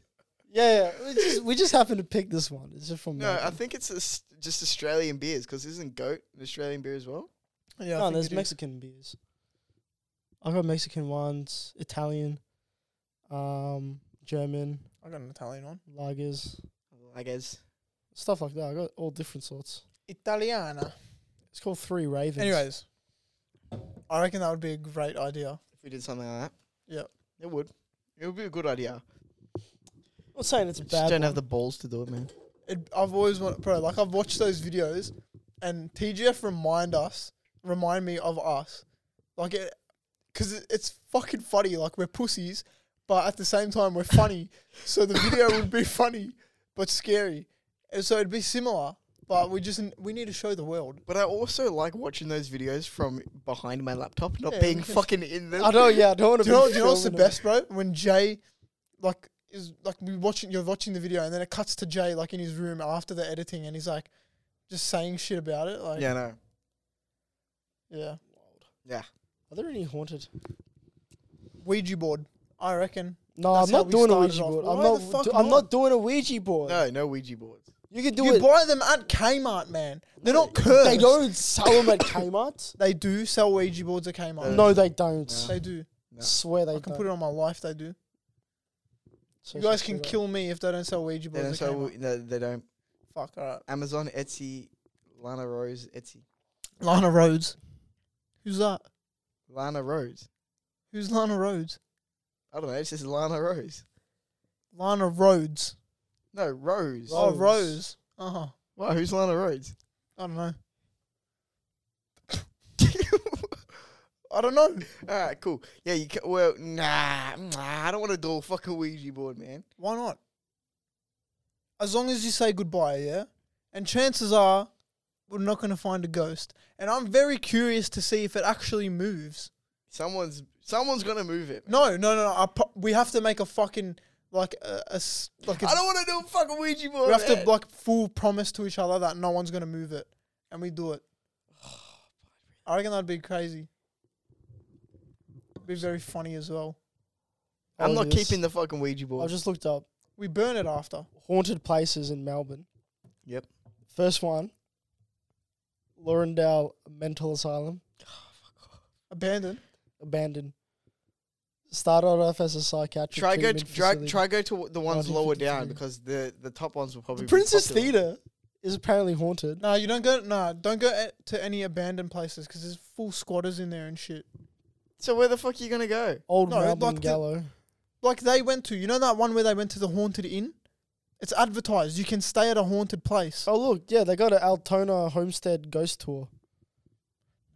Yeah, yeah. We just, we just happened to pick this one. It's just from
No,
Melbourne.
I think it's just, just Australian beers because isn't goat an Australian beer as well?
was- yeah, I
no,
think
there's
it is.
Mexican beers. I've got Mexican ones, Italian, um, German,
I got an Italian one.
lagers,
I guess.
stuff like that. I got all different sorts.
Italiana.
It's called Three Ravens.
Anyways, I reckon that would be a great idea.
If we did something like that,
Yep.
it would. It would be a good idea.
I'm not saying it's a
Just
bad
don't
one.
have the balls to do it, man.
it, I've always want, bro. Like I've watched those videos, and TGF remind us, remind me of us, like it, because it, it's fucking funny. Like we're pussies, but at the same time we're funny. so the video would be funny, but scary, and so it'd be similar. But we just n- we need to show the world.
But I also like watching those videos from behind my laptop, not
Yeah,
being
because-
fucking in them.
I don't. Yeah, I don't want to.
Do you know? Do you know what's the best, bro? When Jay, like, is like we watching. You're watching the video, and then it cuts to Jay like in his room after the editing, and he's like, just saying shit about it. Like,
Yeah, no.
yeah.
Are there any haunted?
Ouija board. I reckon.
No,
That's
I'm
how
not
we
doing a
started
Ouija
off.
board.
Why
I'm
the
not,
fuck
do- I'm
not?
not doing a Ouija board.
No, no Ouija boards.
You can do
you
it.
buy them at Kmart, man. They're not cursed.
They don't sell them at Kmart.
They do sell Ouija boards at Kmart.
No, they don't.
They do.
No.
Swear they
I can put it on my life. They do.
So
You guys can kill me if they don't sell Ouija
They
boards.
don't,
At
sell,
Kmart.
Ou- no, they don't.
Fuck. All right.
Amazon, Etsy, Lana Rose, Etsy.
Lana Rhodes. Who's that?
Lana Rose.
Who's Lana Rhodes?
I don't know. It's just Lana Rose.
Lana Rhodes.
No, Rose.
Ro-
Oh,
Rhodes.
Rose. Uh huh.
Wow, who's Lana Rhodes?
I don't know. I don't know.
All right, cool. Yeah, you can, well, nah, nah, I don't want to do a fucking Ouija board, man.
Why not? As long as you say goodbye, yeah? And chances are we're not going to find a ghost. And I'm very curious to see if it actually moves.
Someone's someone's gonna move it. man.
No, no, no. no. I pro- we have to make a fucking, like, a, a s- like a,
I don't want to do a fucking Ouija board.
we have to,
man.
like, full promise to each other that no one's going to move it. And we do it. I reckon that'd be crazy. be very funny as well.
I'm not
I'll just-
keeping the fucking Ouija
I
board.
just looked up
We burn it after.
haunted places in Melbourne.
Yep.
First one, Laurendale Mental Asylum,
Abandon.
abandoned. Started off as a psychiatric
try go
treatment
try,
facility.
try go to the ones lower down
1953.
because the the top ones will probably
The
be
Princess
popular.
Theatre is apparently haunted.
No, you don't go. No, don't go a- to any abandoned places because there's full squatters in there and shit.
So where the fuck are you gonna go?
Old
No,
Melbourne
like the-
Gallo.
Like they went to, you know that one where they went to the haunted inn. It's advertised. You can stay at a haunted place.
Oh look, yeah, they got an Altona Homestead ghost tour.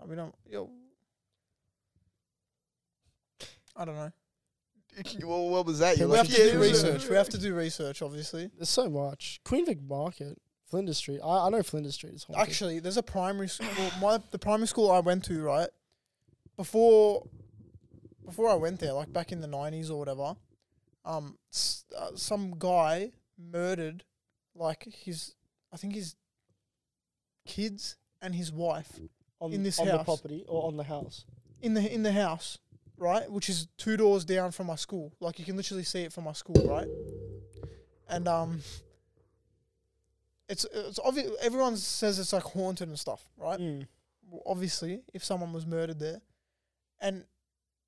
I mean, I'm, yo. I don't know.
Well, what was that? You're
Can we
We
like,
have
should
to
yeah,
do
it was a-
research. We have to do research, obviously.
There's so much. Queen Vic Market, Flinders Street. I, I know Flinders Street is haunted.
Actually, there's a primary school. My the primary school I went to, right? Before, before I went there, like back in the nineties or whatever, um, s- uh, some guy murdered, like his, I think his kids and his wife
on,
in this
on the
house.
property or on the house.
in the in the house, right? Which is two doors down from my school. Like you can literally see it from my school, right? And um, it's it's obvious. Everyone says it's like haunted and stuff, right?
Mm.
w- obviously, if someone was murdered there, and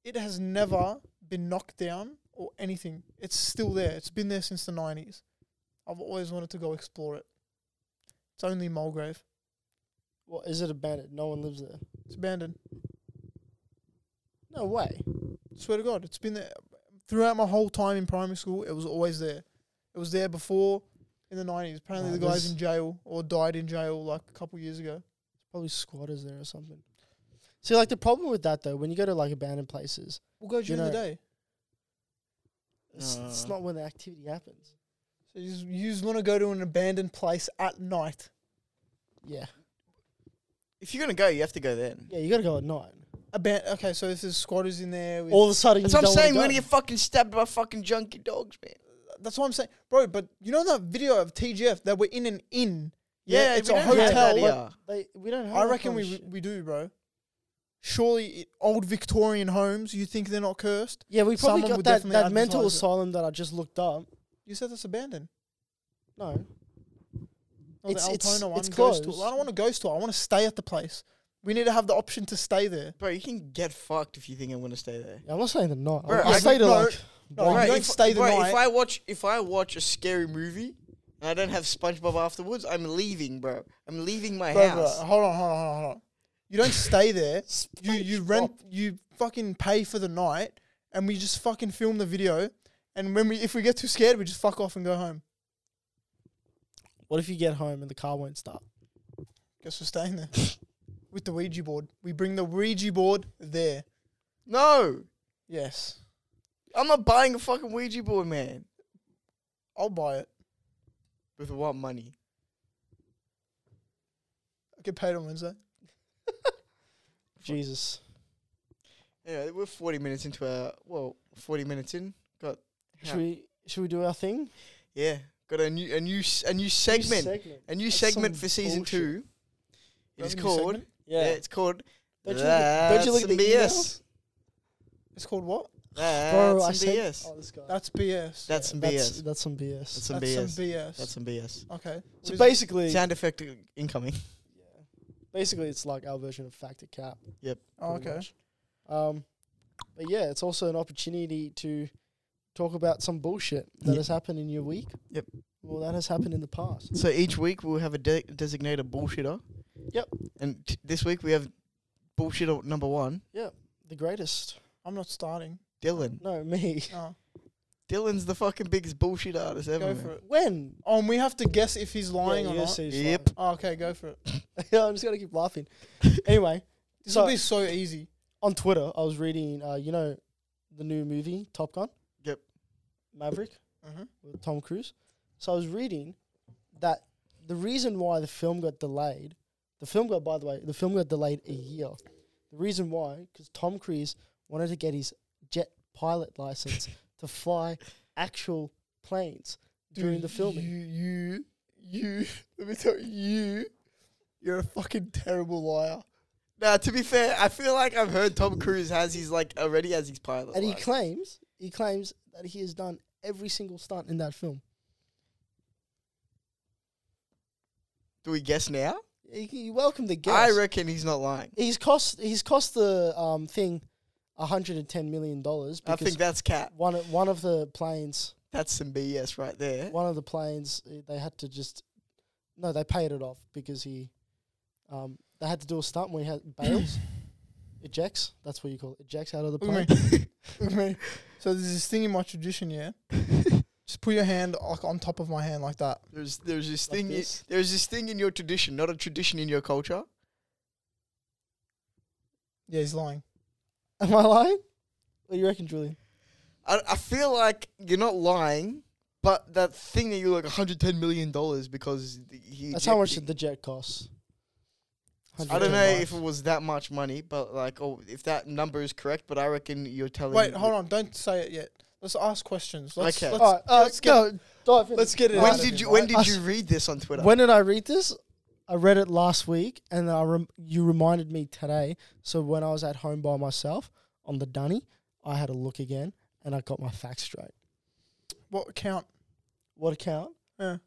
it has never been knocked down or anything. It's still there. It's been there since the nineties. I've always wanted to go explore it. It's only Mulgrave.
What is it abandoned? No one lives there.
It's abandoned.
No way.
Swear to God, it's been there throughout my whole time in primary school. It was always there. It was there before in the nineties. Apparently,
Nah,
the guy's
there's-
in jail or died in jail like a couple years ago.
Probably squatters there or something. See, like the problem with that though, when you go to like abandoned places,
We'll go during
know-
the day.
it's, it's
Uh.
not when the activity happens.
So you just, you just want to go to an abandoned place at night.
Yeah,
if you're gonna go, you have to go then.
yeah, you gotta go at night.
Aban- okay, so if there's squatters in there, with
All of a sudden,
That's
you
what I'm
don't wanna
saying. We're
go.
gonna get fucking stabbed by fucking junkie dogs, man.
That's what I'm saying, bro. But you know that video of TGF that we're in an inn.
Yeah,
it's
we
a
don't have
hotel.
that here.
They, we don't. Have
I
that
reckon
kind of
we
shit.
we do, bro. Surely i- old Victorian homes. You think they're not cursed?
Yeah, we probably
Someone
got
would
that,
definitely
that mental
advertise it.
asylum that I just looked up.
You said that's abandoned.
No,
Not
It's-
the
it's-
Altona one.
it's
ghost tour.
closed.
I don't want to ghost tour. I want to stay at the place. We need to have the option to stay there.
Bro, you can get fucked if you think I'm gonna stay there.
I'm not saying the night.
Bro,
I, I
I-
stayed at
no,
like
no,
one.
Oh, you don't
if,
stay the
bro,
night.
If I watch if I watch a scary movie and I don't have SpongeBob afterwards, I'm leaving, bro. I'm leaving my
Bro, bro,
house.
hold on, hold on, hold on, hold on. You don't stay there. you you rent. You fucking pay for the night, and we just fucking film the video. And when we, if we get too scared, we just fuck off and go home.
What if you get home and the car won't start?
Guess we're staying there. With the Ouija board. We bring the Ouija board there.
No,
Yes.
I'm not buying a fucking Ouija board, man.
I'll buy it.
With what money?
I get paid on Wednesday.
Jesus.
Anyway, we're 40 minutes into our well, 40 minutes in. Got
Should we should we do our thing?
yeah, got a new a new s- a new segment, a new
That's
segment
some
for season
bullshit.
two. It is
Revenue
called
segment?
yeah.
Yeah.
it's called.
Don't you look at- don't you look at
That's
the
some
emails?
BS.
It's called what?
That's
Bro, I
some
said,
BS.
Oh, this guy.
That's BS.
That's some
that's,
BS.
That's some BS.
That's some
That's
BS.
some BS.
That's some BS.
okay.
so
What is it?
basically,
Sound effect incoming.
basically, it's like our version of Factor Cap.
Oh,
pretty
okay.
much. Um, but yeah, it's also an opportunity to talk about some bullshit that
Yeah.
has happened in your week.
Yep.
Well, that has happened in the past.
So each week we'll have a de- designated bullshitter.
Yep.
And t- this week we have bullshitter number one,
The greatest.
I'm not starting.
Dylan.
No, me.
Oh,
Dylan's the fucking biggest bullshit artist ever.
go
man.
for it.
When?
Oh, and we have to guess if he's lying
Yeah,
or
you
not.
gotta say he's
Yep.
lying.
Oh, okay, go for it.
I'm just gonna keep laughing. Anyway,
This
So-
will be so easy.
on Twitter, I was reading, uh, you know, the new movie Top Gun.
Yep.
Maverick
Uh-huh.
with Tom Cruise. So I was reading that the reason why the film got delayed, the film got, by the way, the film got delayed a year. The reason why, because Tom Cruise wanted to get his jet pilot license to fly actual planes during
Dude,
the filming.
You, you, you, let me tell you, you, you're a fucking terrible liar.
Now, to be fair, I feel like I've heard Tom Cruise has his like already has his pilot.
And he
license.
claims, he claims that he has done every single stunt in that film.
Do we guess now?
He, he welcomed the guest.
I reckon he's not lying.
he's cost he's cost the um thing hundred and ten million dollars
I
because
think that's cat.
one of, one of the planes
That's some BS right there.
one of the planes eh, they had to just no they paid it off because he um they had to do a stunt where he had bails ejects that's what you call it ejects out of the
Look
plane
at me. Look at me. So there's this thing in my tradition, yeah? Just put your hand like on top of my hand like that.
There's there's this
Like
thing i
this?
there's this thing in your tradition, not a tradition in your culture.
Yeah, he's lying.
am I lying what do you reckon Julian
I, I feel like you're not lying, but that thing that you like 110 million dollars because the- he.
that's how much
he-
the jet costs
I don't know
$110.
if it was that much money, but like, oh, if that number is correct, but I reckon you're telling.
Wait, hold on. Don't say it yet. Let's ask questions. Let's,
Okay.
Let's,
all right, uh,
let's get,
go, dive in.
let's get it
When
out of
did
him,
you When
right?
did you read this on Twitter?
When did I read this? I read it last week, and I rem- you reminded me today. So when I was at home by myself on the dunny, I had a look again, and I got my facts straight.
What account?
What account?
Yeah.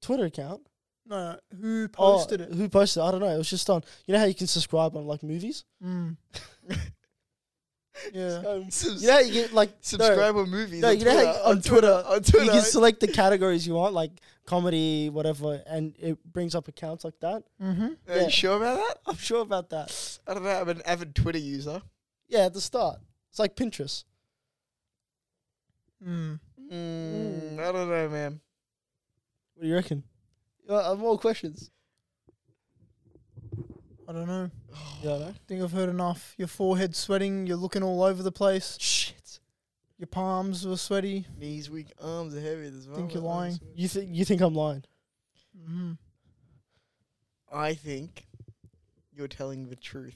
Twitter account.
No, no. Who
Oh,
posted it?
Who posted? it? I don't know. It was just on. You know how you can subscribe on like movies.
Mm. yeah.
Subs-
You know how you get like
subscribe on movies.
No,
on
you know how
Twitter,
you-
on
on
Twitter. On
No,
Twitter.
you can select the categories you want, like comedy, whatever, and it brings up accounts like that.
Mm-hmm.
Are
yeah.
you sure about that?
I'm sure about that.
I don't know. I'm an avid Twitter user.
Yeah, at the start, it's like Pinterest.
Mm.
Mm, I don't know, man.
What do you reckon? Uh, more questions.
I don't know.
Yeah, I know.
think I've heard enough. Your forehead sweating. You're looking all over the place.
Shit.
Your palms were sweaty.
Knees weak, arms are heavy. There's
Think you're lying.
You think you think I'm lying?
Mm-hmm.
I think you're telling the truth.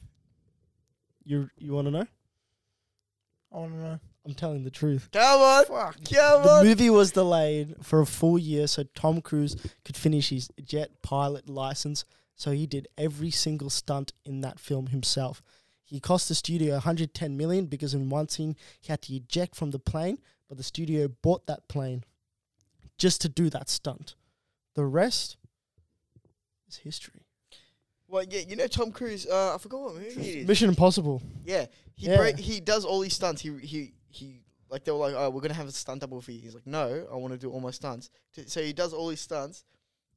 You you want to know?
I
Oh,
want to know.
I'm telling the truth.
Come on,
Fuck.
come
The
on.
movie was delayed for a full year so Tom Cruise could finish his jet pilot license. So he did every single stunt in that film himself. He cost the studio 110 million because in one scene he had to eject from the plane, but the studio bought that plane just to do that stunt. The rest is history.
Well, yeah, you know Tom Cruise. Uh, I forgot what movie it is.
Mission Impossible.
Yeah, he
Yeah.
Break, he does all his stunts. He he he. Like they were like, oh, we're gonna have a stunt double for you. He's like, no, I want to do all my stunts. T- So he does all his stunts.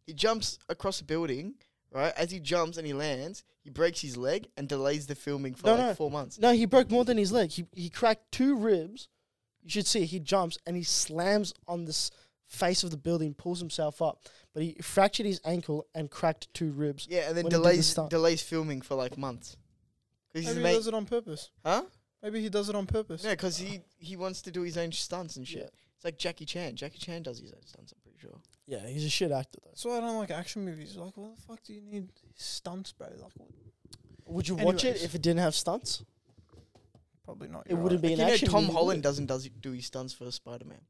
He jumps across a building, right? As he jumps and he lands, he breaks his leg and delays the filming for
No,
like
no.
four months.
No, he broke more than his leg. He he cracked two ribs. You should see he jumps and he slams on this face of the building, pulls himself up, but he fractured his ankle and cracked two ribs.
Yeah, and then
when he did the
delays
stunt.
delays filming for like months. 'Cause he's
Maybe
ma-
he does it on purpose.
huh?
Maybe he does it on purpose.
No, because he he wants to do his own stunts and shit.
Yeah.
It's like Jackie Chan. Jackie Chan does his own stunts. I'm pretty sure.
Yeah, he's a shit actor though.
That's why I don't like action movies. Like, what the fuck do you need stunts, bro? Like, what?
Would you watch it
Anyways.
if it didn't have stunts?
probably not.
It wouldn't be
Like,
an
you know,
action.
Tom
movie, would
Holland
it?
doesn't does do his stunts for Spider Man.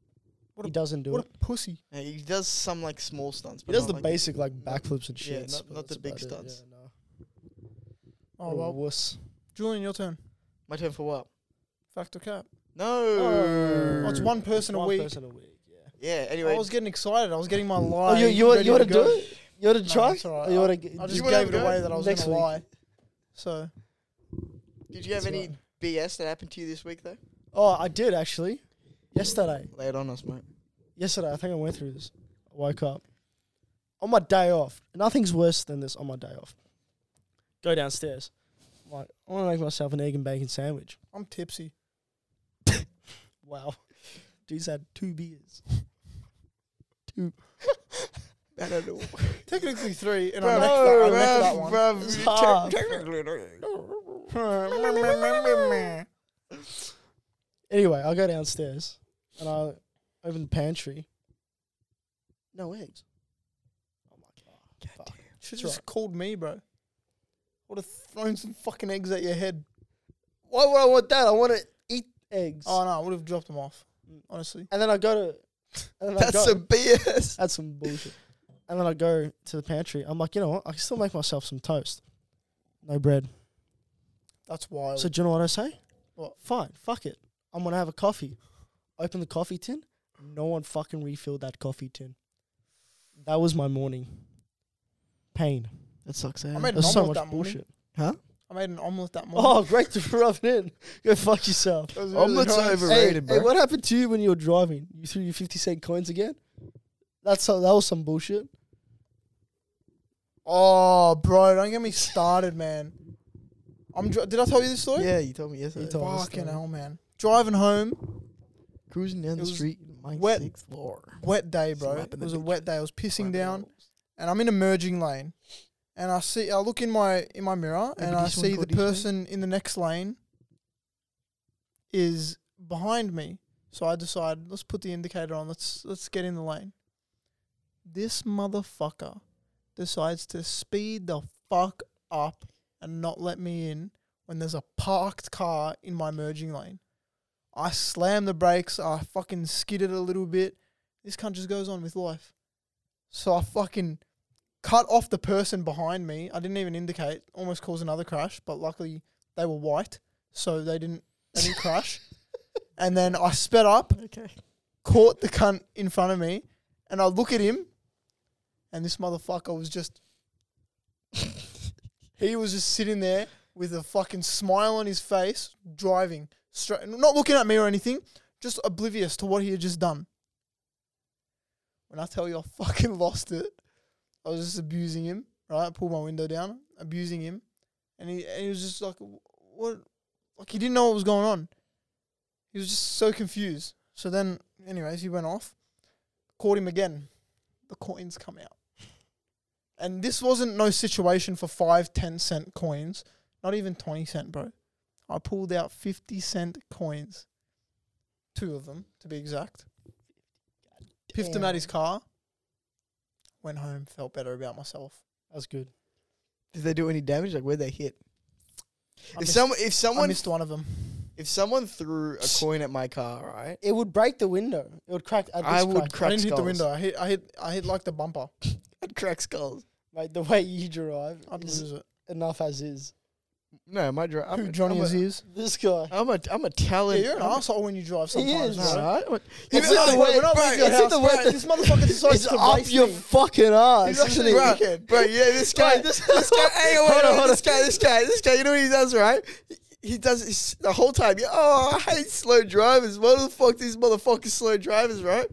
What
He
a-
doesn't do
What
it.
a pussy.
he does some like small stunts.
He
But
does
not
the
like-
basic like
not-
backflips and
yeah,
shit.
not- not the big stunts.
Yeah, no.
Oh,
What a
well.
wuss.
Julian, your turn.
My turn for what?
Fact or cap?
No.
Oh, it's one person a
One
week.
person a week. Yeah.
Yeah.
I
Anyway,
was getting excited. I was getting my
Oh,
lie.
you you want
ready
you want to
go.
do it? You want to
No,
try?
it's alright.
Or you want to?
I
You
just
wanna
gave
have
it
a go?
away that I was going
Next
to
week.
lie. So,
did you have
That's
any BS that happened to you this week though?
Oh, I did actually. Yesterday.
Lay it on us, mate.
Yesterday, I think I went through this. I woke up. On my day off, nothing's worse than this on my day off. Go downstairs. I'm like, I want to make myself an egg and bacon sandwich.
I'm tipsy.
Wow. Dude's had two beers.
I don't know.
Technically three, and I
Bruv,
necked that, I
bruv,
necked that one.
bruv,
It's
te-
hard.
technically, no.
Anyway, I go downstairs and I open the pantry. No eggs. Oh my god. Fuck.
Should
That's
have just
right.
called me, bro. Would have thrown some fucking eggs at your head.
Why would I want that? I want to eat eggs.
Oh no, I would have dropped them off.
Mm.
Honestly,
and then I go to. And then I
That's
go,
some BS.
that's some bullshit. And then I go to the pantry. I'm like, you know what? I can still make myself some toast. No bread.
that's wild.
So do you know what I say?
What?
Fine, fuck it. I'm gonna have a coffee. Open the coffee tin. No one fucking refilled that coffee tin. That was my morning. Pain.
That sucks.
I
Eh?
made an
That's so
omelet
much
that morning.
bullshit.
I made an omelet that morning.
Oh, great to rub it in. Go fuck yourself.
That was
Oh, Omelets are
nice.
overrated,
hey,
bro.
what happened to you when you were driving? You threw your fifty cent coins again. That's so, that was some bullshit.
Oh, bro, don't get me started, man. I'm. Dri- Did I tell you this story?
Yeah, you told me yesterday.
You told- me this
Fucking
story.
hell, man. Driving home,
Cruising down
It
the
was
street, in my
wet.
sixth floor.
wet day,
Some
bro.
up in
It
the
was a
bitch.
wet day. I was pissing
Slapping
down,
walls.
and I'm in a merging lane, and I see. I look in my in my mirror,
Maybe
and I
this one
see the
called this way?
person in the next lane is behind me. So I decide let's put the indicator on. Let's let's get in the lane. This motherfucker decides to speed the fuck up and not let me in when there's a parked car in my merging lane. I slammed the brakes. I fucking skidded a little bit. This cunt just goes on with life. So I fucking cut off the person behind me. I didn't even indicate. Almost caused another crash, but luckily they were white, so they didn't they didn't crash. And then I sped up,
Okay.
caught the cunt in front of me, and I look at him, and this motherfucker was just he was just sitting there with a fucking smile on his face, driving straight, not looking at me or anything, just oblivious to what he had just done. When I tell you I fucking lost it, I was just abusing him, right? I pulled my window down, abusing him. And he, and he was just like, what? Like, he didn't know what was going on. He was just so confused. So then, anyways, he went off, caught him again. The coins come out. And this wasn't no situation for five, 10 cent coins, not even 20 cent, bro. I pulled out 50 cent coins, two of them to be exact. Piffed them
damn.
at his car, went home, felt better about myself.
That's good.
Did they do any damage? Like where'd they hit?
I
if
missed,
someone, if
I
someone,
missed one of them.
if someone threw a coin at my car, right?
It would break the window. It would crack. At least
I would
crack.
crack
I didn't hit the
skulls.
window. I hit, I hit, I hit like the bumper.
I'd crack skulls.
Like the way you drive
I'd
is
lose it.
enough as is.
No, my drive.
Who Johnny
I'm
is
a,
is?
This guy.
I'm a, I'm a
Yeah,
talent.
you're an
I'm a-
asshole when you drive
is,
sometimes.
Nah,
bro.
right? I'm a-
It's
It's not
not
the
the way-
way,
we're not
bro,
leaving your
it's not
house,
the
bro.
way that-
This motherfucker decides
It's
to
up
race
your
me.
fucking ass.
He's actually
bro,
wicked.
bro, yeah, this guy,
Right.
this, this guy, hey, wait,
Hold on,
wait,
hold
this guy, this guy, this guy, you know what he does, right? He, he does this the whole time. Yeah, oh, I hate slow drivers. What the fuck, these motherfuckers slow drivers, right?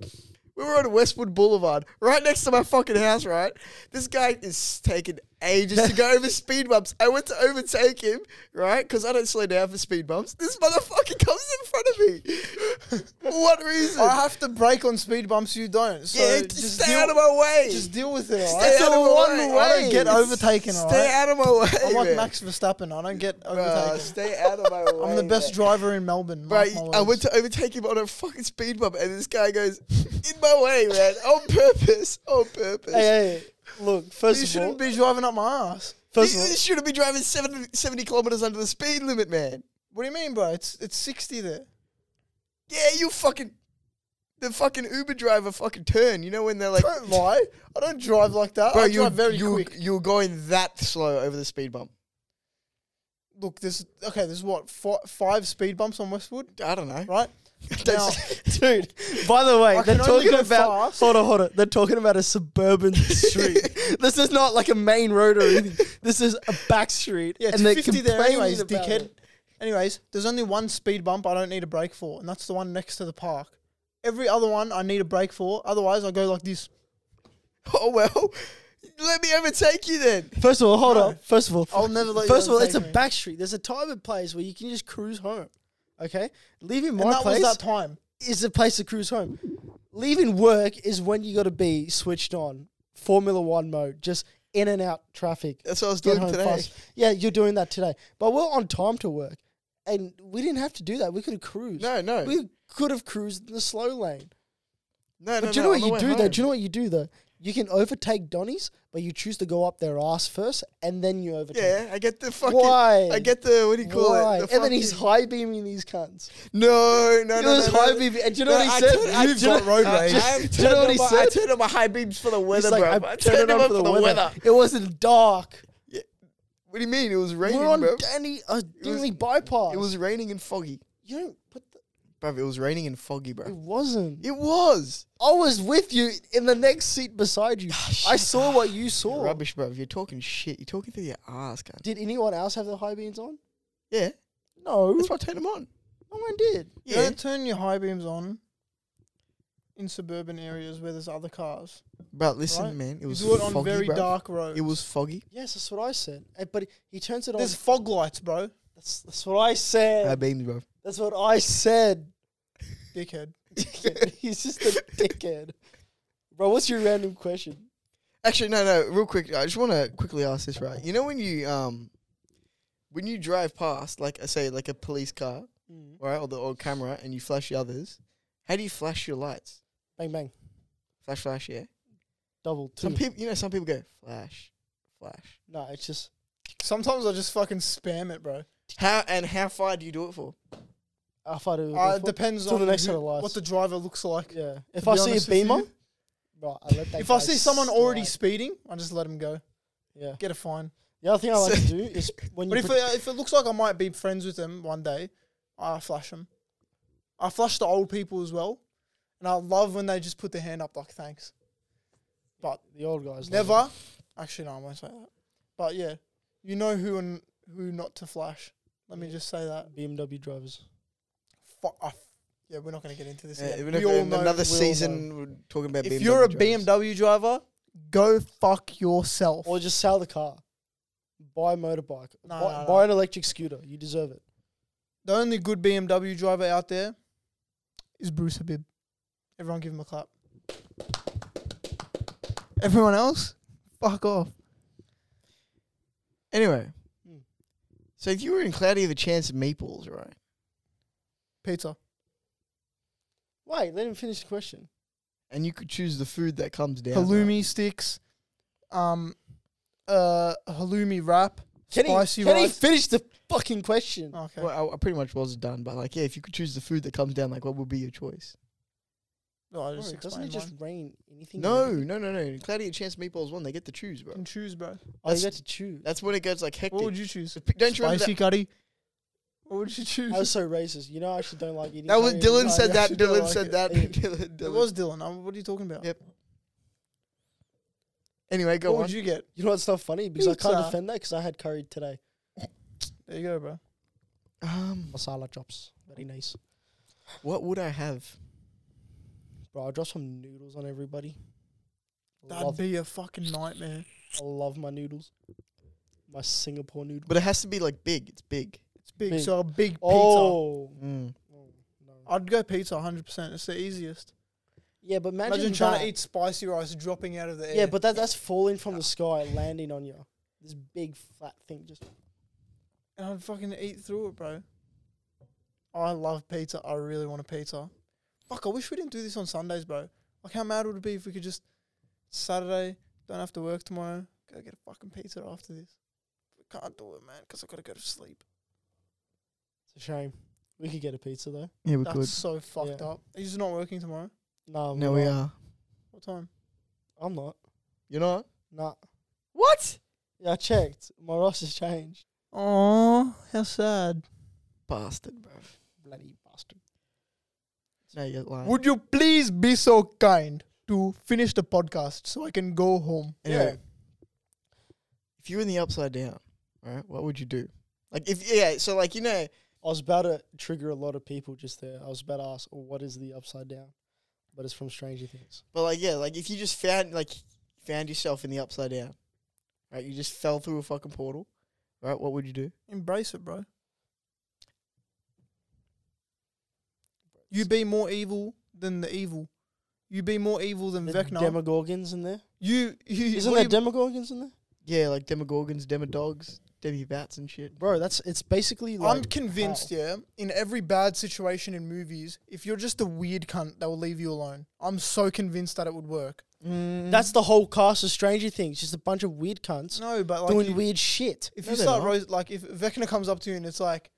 We were on Westwood Boulevard, right next to my fucking house, right? This guy is taking ages to go over speed bumps. I went to overtake him, right? Because I don't slow down for speed bumps. This motherfucker comes in front of me. For what reason?
I have to brake on speed bumps. You don't. So
yeah,
just
stay
deal,
out of my way.
Just deal with it. All
Stay
right?
out of my way.
I don't get overtaken. All
Stay
right?
out of my way.
I'm like
man.
Max Verstappen. I don't get
Bruh,
overtaken.
stay out of my way.
I'm the best
man.
driver in Melbourne.
Bro,
mark my
I
words.
went to overtake him on a fucking speed bump, and this guy goes in my way, man, on purpose, on purpose.
Hey, hey, hey, look.
You
First of all,
shouldn't be driving up my ass.
first
you,
of all,
you shouldn't be driving 70, 70 kilometers under the speed limit, man.
What do you mean, bro? It's it's 60 there.
Yeah, you fucking the fucking Uber driver fucking turn. You know when they're like,
don't lie. I don't drive like that. I
bro, you
drive very
you
quick.
you're going that slow over the speed bump.
Look, there's okay. There's what four, five speed bumps on Westwood,
I don't know.
right? Now,
dude. By the way,
I
they're
can only
talking
go
about
fast.
hold on, hold on. They're talking about a suburban street. this is not like a main road or anything. This is a back street.
yeah, it's
and they're
50 there,
complaining
anyways,
about
dickhead.
it.
Anyways, there's only one speed bump I don't need a brake for, and that's the one next to the park. Every other one I need a brake for. Otherwise, I go like this.
Oh well, let me overtake you then.
First of all, hold on. First of all,
I'll never let you
First of all, it's a
overtake me.
back street. There's a time and place where you can just cruise home. Okay, leaving my
and that
place
was that time.
is a place to cruise home. Leaving work is when you got to be switched on, Formula One mode, just in and out traffic.
That's what I was
Get
doing
home
today.
fast. Yeah, you're doing that today. But we're on time to work. And we didn't have to do that. We could have cruised.
No, no,
We could have cruised in the slow lane.
no,
But
no.
do you
no,
know
on the
what you
way
do though?
home.
Do you know what you do though? You can overtake Donnie's, but you choose to go up their ass first and then you overtake.
Yeah, I get the fucking.
Why?
I get the what do you call
Why?
it? The
and then he's
fucking-
high beaming these cunts.
no, no,
He
no,
was
no, no.
high beaming. And do you know
No,
what
I
he said?
turned- I
You've
turned-
got road
I-
rage.
I
Do you know what he
turned on my- I
said?
turned on my high beams for the
He's
weather,
like,
bro.
I turned it on for the, weather. It wasn't dark.
What do you mean? It was raining,
We're on
bro.
Danny uh,
was-
Dingley bypass.
It was raining and foggy,
you don't put the,
bro. It was raining and foggy,
it
bro.
wasn't.
It was
I was with you in the next seat beside you. I saw what you
Ah, You're
saw.
rubbish, bro. You're talking shit. You're talking through your ass, cunt.
Did anyone else have the high beams on?
Yeah,
No.
that's why I turned them on.
No one did.
You
Yeah,
don't turn your high beams on in suburban areas where there's other cars.
bro. Listen,
Right?
man. It
You
was
do it
foggy,
on very
bro.
dark roads.
It was foggy.
Yes, that's what I said. Eh, But he turns it on.
There's fog lights, bro.
That's, that's what I said.
High beams, bro.
that's what I said.
Dickhead.
He's just a dickhead. Bro, what's your random question?
Actually, no, no. Real quick, I just want to quickly ask this, right? You know when you um, when you drive past, like I say, like a police car,
Hmm.
right, or the old camera, and you flash the others, how do you flash your lights?
Bang, bang.
Flash, flash, yeah.
Double, two.
Some people, you know, some people go flash, flash.
no, it's just
Sometimes I just fucking spam it, bro.
How and how far do you do it for?
I fight it.
Uh, it depends
Till
on
the next
who-
set of lights.
what the driver looks like.
yeah. If
be
I see a
honest with
beamer,
you.
right, I let that
If I
guy
see someone already
slide.
speeding, I just let him go.
yeah.
Get a fine.
The other thing I like
So-
to do is when you
But if
put-
it, if it looks like I might be friends with them one day, I flash them. I flash the old people as well, and I love when they just put their hand up like thanks. But
the old guys love it.
never, actually, no, I won't say that. But yeah, you know who and who not to flash. Let me just say that.
BMW drivers.
Fuck off. Yeah, we're not going to get into this.
Yeah,
again.
we're not
we
gonna-
all know.
another
all
season we're talking about.
if
BMW
you're a
drivers.
BMW driver, go fuck yourself.
Or just sell the car. Buy a motorbike.
No,
buy,
no, no.
buy an electric scooter. You deserve it.
the only good BMW driver out there is Bruce Habib. Everyone give him a clap. Everyone else, fuck off.
anyway,
Hmm.
so if you were in Cloudy with a Chance of Meatballs, right?
Pizza.
Wait, let him finish the question.
And you could choose the food that comes down. right?
halloumi sticks. Um uh halloumi wrap.
Can
spicy
he, can he
rice.
finish the fucking question?
okay.
Well, I, I pretty much was done, but like, yeah, if you could choose the food that comes down, like, what would be your choice?
no, Oh, I
Bro,
just
doesn't it
explained
just
mine.
rain anything? and
No,
everything?
no, no, no. Cloudy and Chance Meatballs one, they get to choose,
You
bro.
can choose, bro.
Oh, you
That's-
got to choose.
That's when it goes like hectic.
What would you choose?
The pi- Don't you remember
Spicy
that?
curry. What would you choose?
That was so racist. You know, I actually don't like eating.
That was
curry.
Dylan
No,
said
you
that.
actually don't
Dylan
like
said
it.
that.
Hey,
Dylan, Dylan.
it was Dylan. Uh, what are you talking about?
Yep, Anyway, go
what
on.
would you get?
You know what's not funny because I can't
Pizza.
defend that because I had curry today.
There you go, bro.
um,
Masala drops, very nice.
what would I have?
Bro, I dropped some noodles on everybody. I
That'd
love,
be a fucking nightmare.
I love my noodles. My Singapore noodles.
But it has to be like big. It's big.
It's big.
Big.
So a big pizza.
Oh,
Mm.
Oh, no.
I'd go pizza 100%. It's the easiest.
yeah, but imagine,
Imagine, trying
that.
to eat spicy rice dropping out of the air.
Yeah, but that that's falling from the sky, landing on you. This big flat thing just.
and I'd fucking eat through it, bro. I love pizza. I really want a pizza. Fuck, I wish we didn't do this on Sundays, bro. Like, how mad would it be if we could just Saturday, don't have to work tomorrow, go get a fucking pizza after this? We can't do it, man, because I gotta go to sleep.
It's a shame. We could get a pizza though.
Yeah, we
That's so fucked
Yeah.
up. Are you just not working tomorrow?
No, I'm
No, we
not.
are.
What time?
I'm not.
You know what?
Nah.
What?
Yeah, I checked. My roster's changed.
Oh, how sad.
Bastard, bro.
Bloody bastard.
No, you're lying.
Would you please be so kind to finish the podcast so I can go home?
Anyway, if you were in the upside down, right, what would you do? Like, if, yeah, so like, you know,
I was about to trigger a lot of people just there. I was about to ask, oh, what is the upside down? But it's from Stranger Things.
But like, yeah, like if you just found like found yourself in the upside down, right? You just fell through a fucking portal, right? What would you do?
Embrace it, bro. You be more evil than the evil. You be more evil than
The
Vecna.
Demogorgons in there?
you, you,
Isn't
what
there
do you-
Demogorgons in there?
Yeah, like Demogorgons, Demodogs, Demi Bats and shit.
bro. That's it's basically like
I'm convinced, yeah, in every bad situation in movies, if you're just a weird cunt, they'll leave you alone. I'm so convinced that it would work. Mm-hmm.
that's the whole cast of Stranger Things. Just a bunch of weird cunts
No, but like
doing
you-
weird shit.
if
No,
you
they're
start
not.
rose, like if Vecna comes up to you and it's like,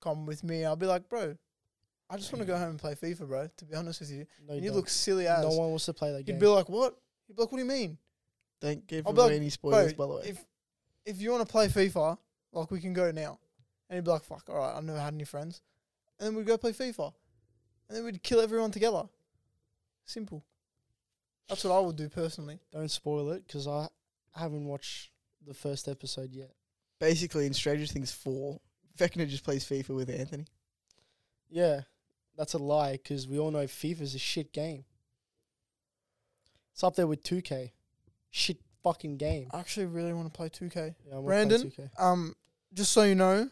"Come with me," I'll be like, "Bro, I just want to go home and play FIFA, bro." To be honest with you,
No,
and
you
you
don't.
look silly as.
no one wants to play that
You'd
game.
be like, "What?" You'd be like, "What do you mean?"
Don't give
I'll be
away
like,
any spoilers, by the way.
If if you want to play FIFA, like we can go now, and you'd be like, "Fuck, all right, I've never had any friends," and then we'd go play FIFA, and then we'd kill everyone together. Simple. That's what I would do personally.
don't spoil it because I haven't watched the first episode yet.
Basically, in Stranger Things 4, Vecna just plays FIFA with Anthony.
Yeah, that's a lie because we all know FIFA's a shit game. It's up there with 2K. Shit fucking game.
I actually really want to play 2K.
Yeah, I'm
Uh, Brandon?
2K.
Um, just so you know,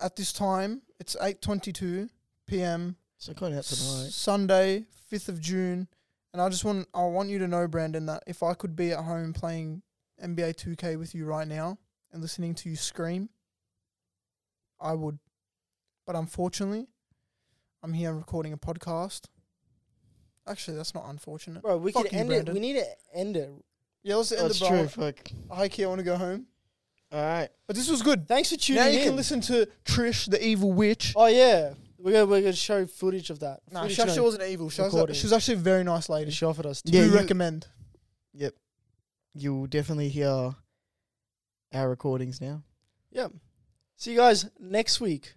at this time it's eight twenty-two p.m.
So going out tonight.
Sunday, fifth of June, and I just want I want you to know, Brandon, that if I could be at home playing NBA Two K with you right now and listening to you scream, I would. But unfortunately, I'm here recording a podcast. Actually, that's not unfortunate.
Bro, we
Fuck
can
you,
end it.
Brandon.
We need to end it.
Yeah, let's end
That's
the bar.
true. Fuck.
Hi, Kia, I want to go home.
All right.
But this was good.
Thanks for tuning
Now
in.
you can listen to Trish, the evil witch.
Oh yeah, we're gonna we're gonna show footage of that.
Nah,
Footage
she actually
no,
wasn't evil. She was,
Recording.
she was actually a very nice
they
lady.
show off at us. Too.
Yeah,
Do
you-
recommend.
You'll definitely hear our recordings now.
Yep. See you guys next week.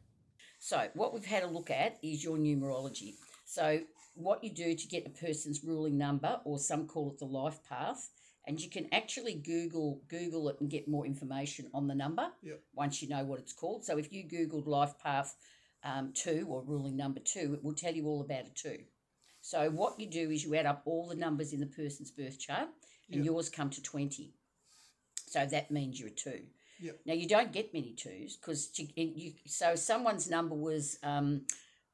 So, what we've had a look at is your numerology. So, what you do to get a person's ruling number, or some call it the life path, and you can actually Google Google it and get more information on the number once you know what it's called. So, if you Googled life path um, two or ruling number two, it will tell you all about it too. So, what you do is you add up all the numbers in the person's birth chart, and yours come to twenty. So that means you're a two. Now you don't get many twos because you. So if someone's number was um,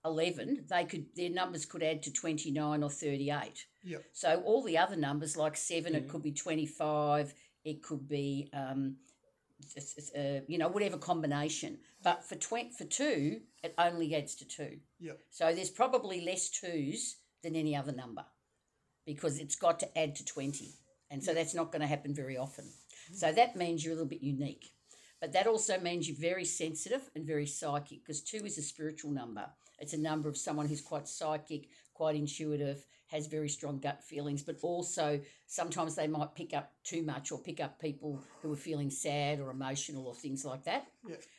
eleven. They could their numbers could add to twenty nine or thirty eight.
Yep.
So all the other numbers like 7 it could be twenty five. It could be um, th- th- uh, you know whatever combination. But for twen- for two, it only adds to two.
Yep.
So there's probably less twos than any other number because it's got to add to 20. And so that's not going to happen very often. So that means you're a little bit unique. But that also means you're very sensitive and very psychic because two is a spiritual number. It's a number of someone who's quite psychic, quite intuitive, has very strong gut feelings, but also sometimes they might pick up too much or pick up people who are feeling sad or emotional or things like that.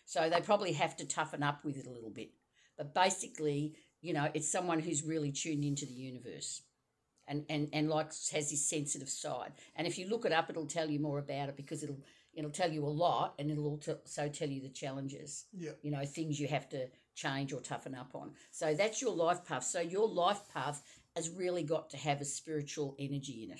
So they probably have to toughen up with it a little bit. But basically, you know, it's someone who's really tuned into the universe and, and, and like has this sensitive side. And if you look it up, it'll tell you more about it because it'll it'll tell you a lot and it'll also so tell you the challenges.
Yeah.
You know, things you have to change or toughen up on. So that's your life path. So your life path has really got to have a spiritual energy in it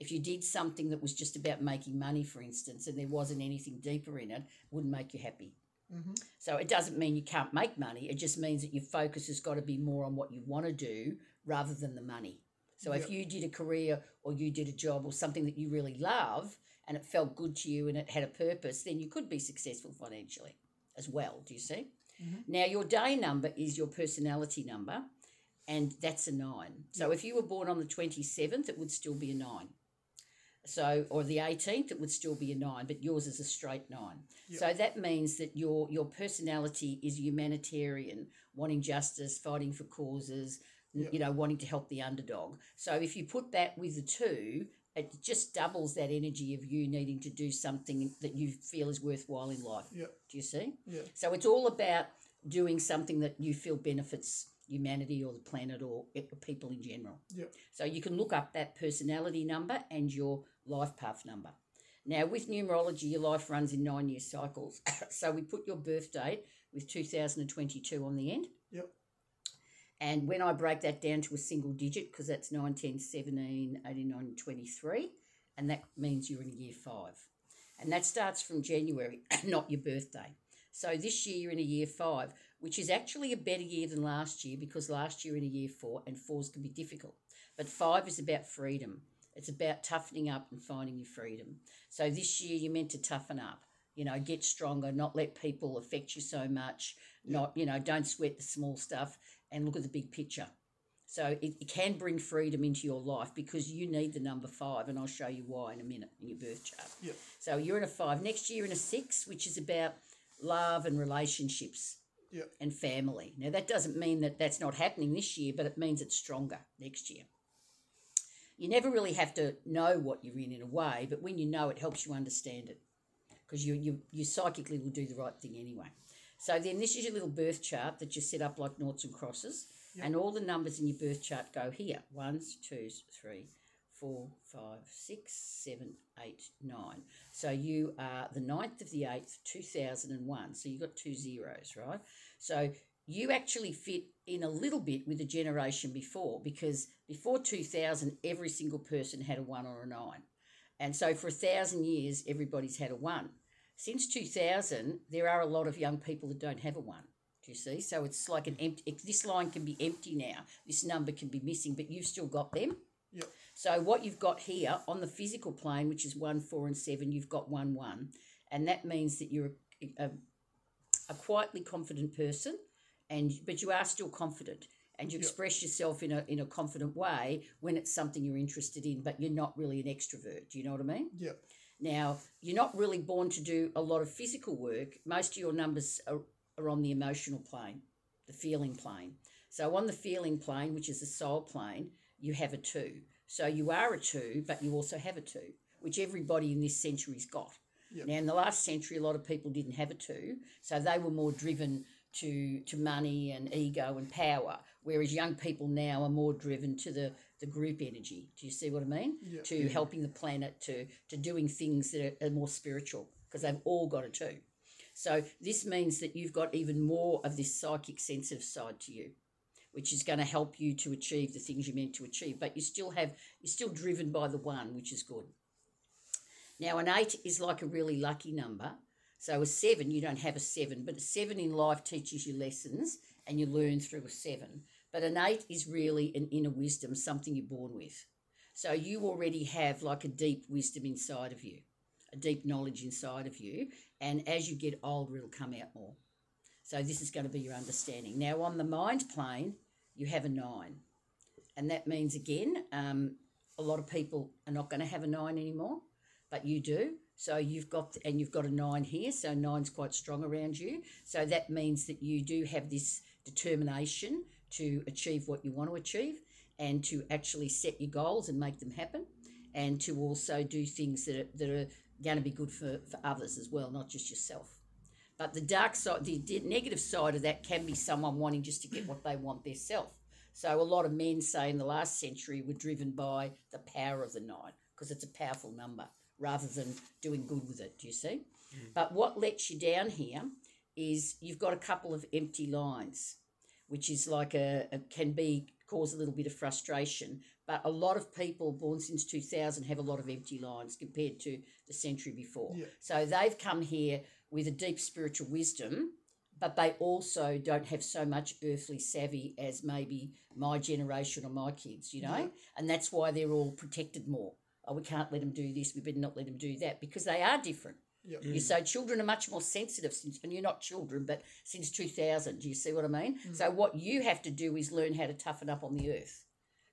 if you did something that was just about making money, for instance, and there wasn't anything deeper in it, wouldn't make you happy.
mm-hmm,
So it doesn't mean you can't make money. It just means that your focus has got to be more on what you want to do rather than the money. So if you did a career or you did a job or something that you really love and it felt good to you and it had a purpose, then you could be successful financially as well. Do you see? Now your day number is your personality number, and that's a nine. So if you were born on the twenty seventh, it would still be a nine. So, or the 18th, it would still be a nine, but yours is a straight nine. So that means that your your personality is humanitarian, wanting justice, fighting for causes, n- you know, wanting to help the underdog. So if you put that with the two, it just doubles that energy of you needing to do something that you feel is worthwhile in life.
Yep.
Do you see?
Yeah.
So it's all about doing something that you feel benefits humanity or the planet or i- people in general.
Yep.
So you can look up that personality number and your life path number. Now, with numerology, your life runs in nine year cycles. so we put your birth date with 2022 on the end.
Yep.
And when I break that down to a single digit, because that's 9, 10, 17, 89, 23, and that means you're in year five. And that starts from January, not your birthday. So this year you're in a year five, which is actually a better year than last year because last year in a year four, and fours can be difficult. But five is about freedom It's about toughening up and finding your freedom. So this year you're meant to toughen up. You know, get stronger, not let people affect you so much. Not, you know, don't sweat the small stuff and look at the big picture. So it, it can bring freedom into your life because you need the number five, and I'll show you why in a minute in your birth chart.
Yep.
So you're in a five. Next year in a six, which is about love and relationships
Yep.
and family. Now, that doesn't mean that that's not happening this year, but it means it's stronger next year. You never really have to know what you're in in a way, but when you know, it helps you understand it because you, you, you psychically will do the right thing anyway. So then this is your little birth chart that you set up like noughts and crosses, and all the numbers in your birth chart go here ones, twos, three, four, five, six, seven, eight, nine. So you are the 9th of the 8th, 2001. So you've got two zeros, right? So you actually fit in a little bit with the generation before because before 2000, every single person had a one or a nine. And so for a thousand years, everybody's had a one. Since 2000, there are a lot of young people that don't have a one. Do you see? So it's like an empty, it- this line can be empty now. This number can be missing, but you've still got them.
Yep.
So what you've got here on the physical plane, which is one, four, and seven, you've got one, one. And that means that you're a, a, a quietly confident person, and but you are still confident. And you
Yep.
express yourself in a, in a confident way when it's something you're interested in, but you're not really an extrovert. Do you know what I mean?
Yep.
Now, you're not really born to do a lot of physical work. Most of your numbers are, are on the emotional plane, the feeling plane. So, on the feeling plane, which is the soul plane, you have a two. So, you are a two, but you also have a two, which everybody in this century's got.
Yep.
Now, in the last century, a lot of people didn't have a two, so they were more driven to to money and ego and power, whereas young people now are more driven to the the group energy. Do you see what I mean?
Yep.
To helping the planet, to to doing things that are, are more spiritual, because they've all got a two. So this means that you've got even more of this psychic sensitive side to you, which is going to help you to achieve the things you meant to achieve. But you still have you're still driven by the one, which is good. Now, an eight is like a really lucky number. So, a seven, you don't have a seven, but a seven in life teaches you lessons and you learn through a seven. But an eight is really an inner wisdom, something you're born with. So, you already have like a deep wisdom inside of you, a deep knowledge inside of you. And as you get older, it'll come out more. So, this is going to be your understanding. Now, on the mind plane, you have a nine. And that means, again, um, a lot of people are not going to have a nine anymore but you do. So you've got and you've got a nine here, so nine's quite strong around you. So that means that you do have this determination to achieve what you want to achieve and to actually set your goals and make them happen and to also do things that are, that are going to be good for, for others as well, not just yourself. But the dark side, the de- negative side of that can be someone wanting just to get what they want themselves. So a lot of men say in the last century were driven by the power of the nine because it's a powerful number rather than doing good with it. Do you see? But what lets you down here is you've got a couple of empty lines, which is like a, a can be cause a little bit of frustration. But a lot of people born since 2000 have a lot of empty lines compared to the century before.
Yeah.
So they've come here with a deep spiritual wisdom, but they also don't have so much earthly savvy as maybe my generation or my kids, you know? And that's why they're all protected more. Oh, we can't let them do this. We better not let them do that because they are different.
Yep.
You So children are much more sensitive since, and you're not children, but since 2000. Do you see what I mean? So what you have to do is learn how to toughen up on the earth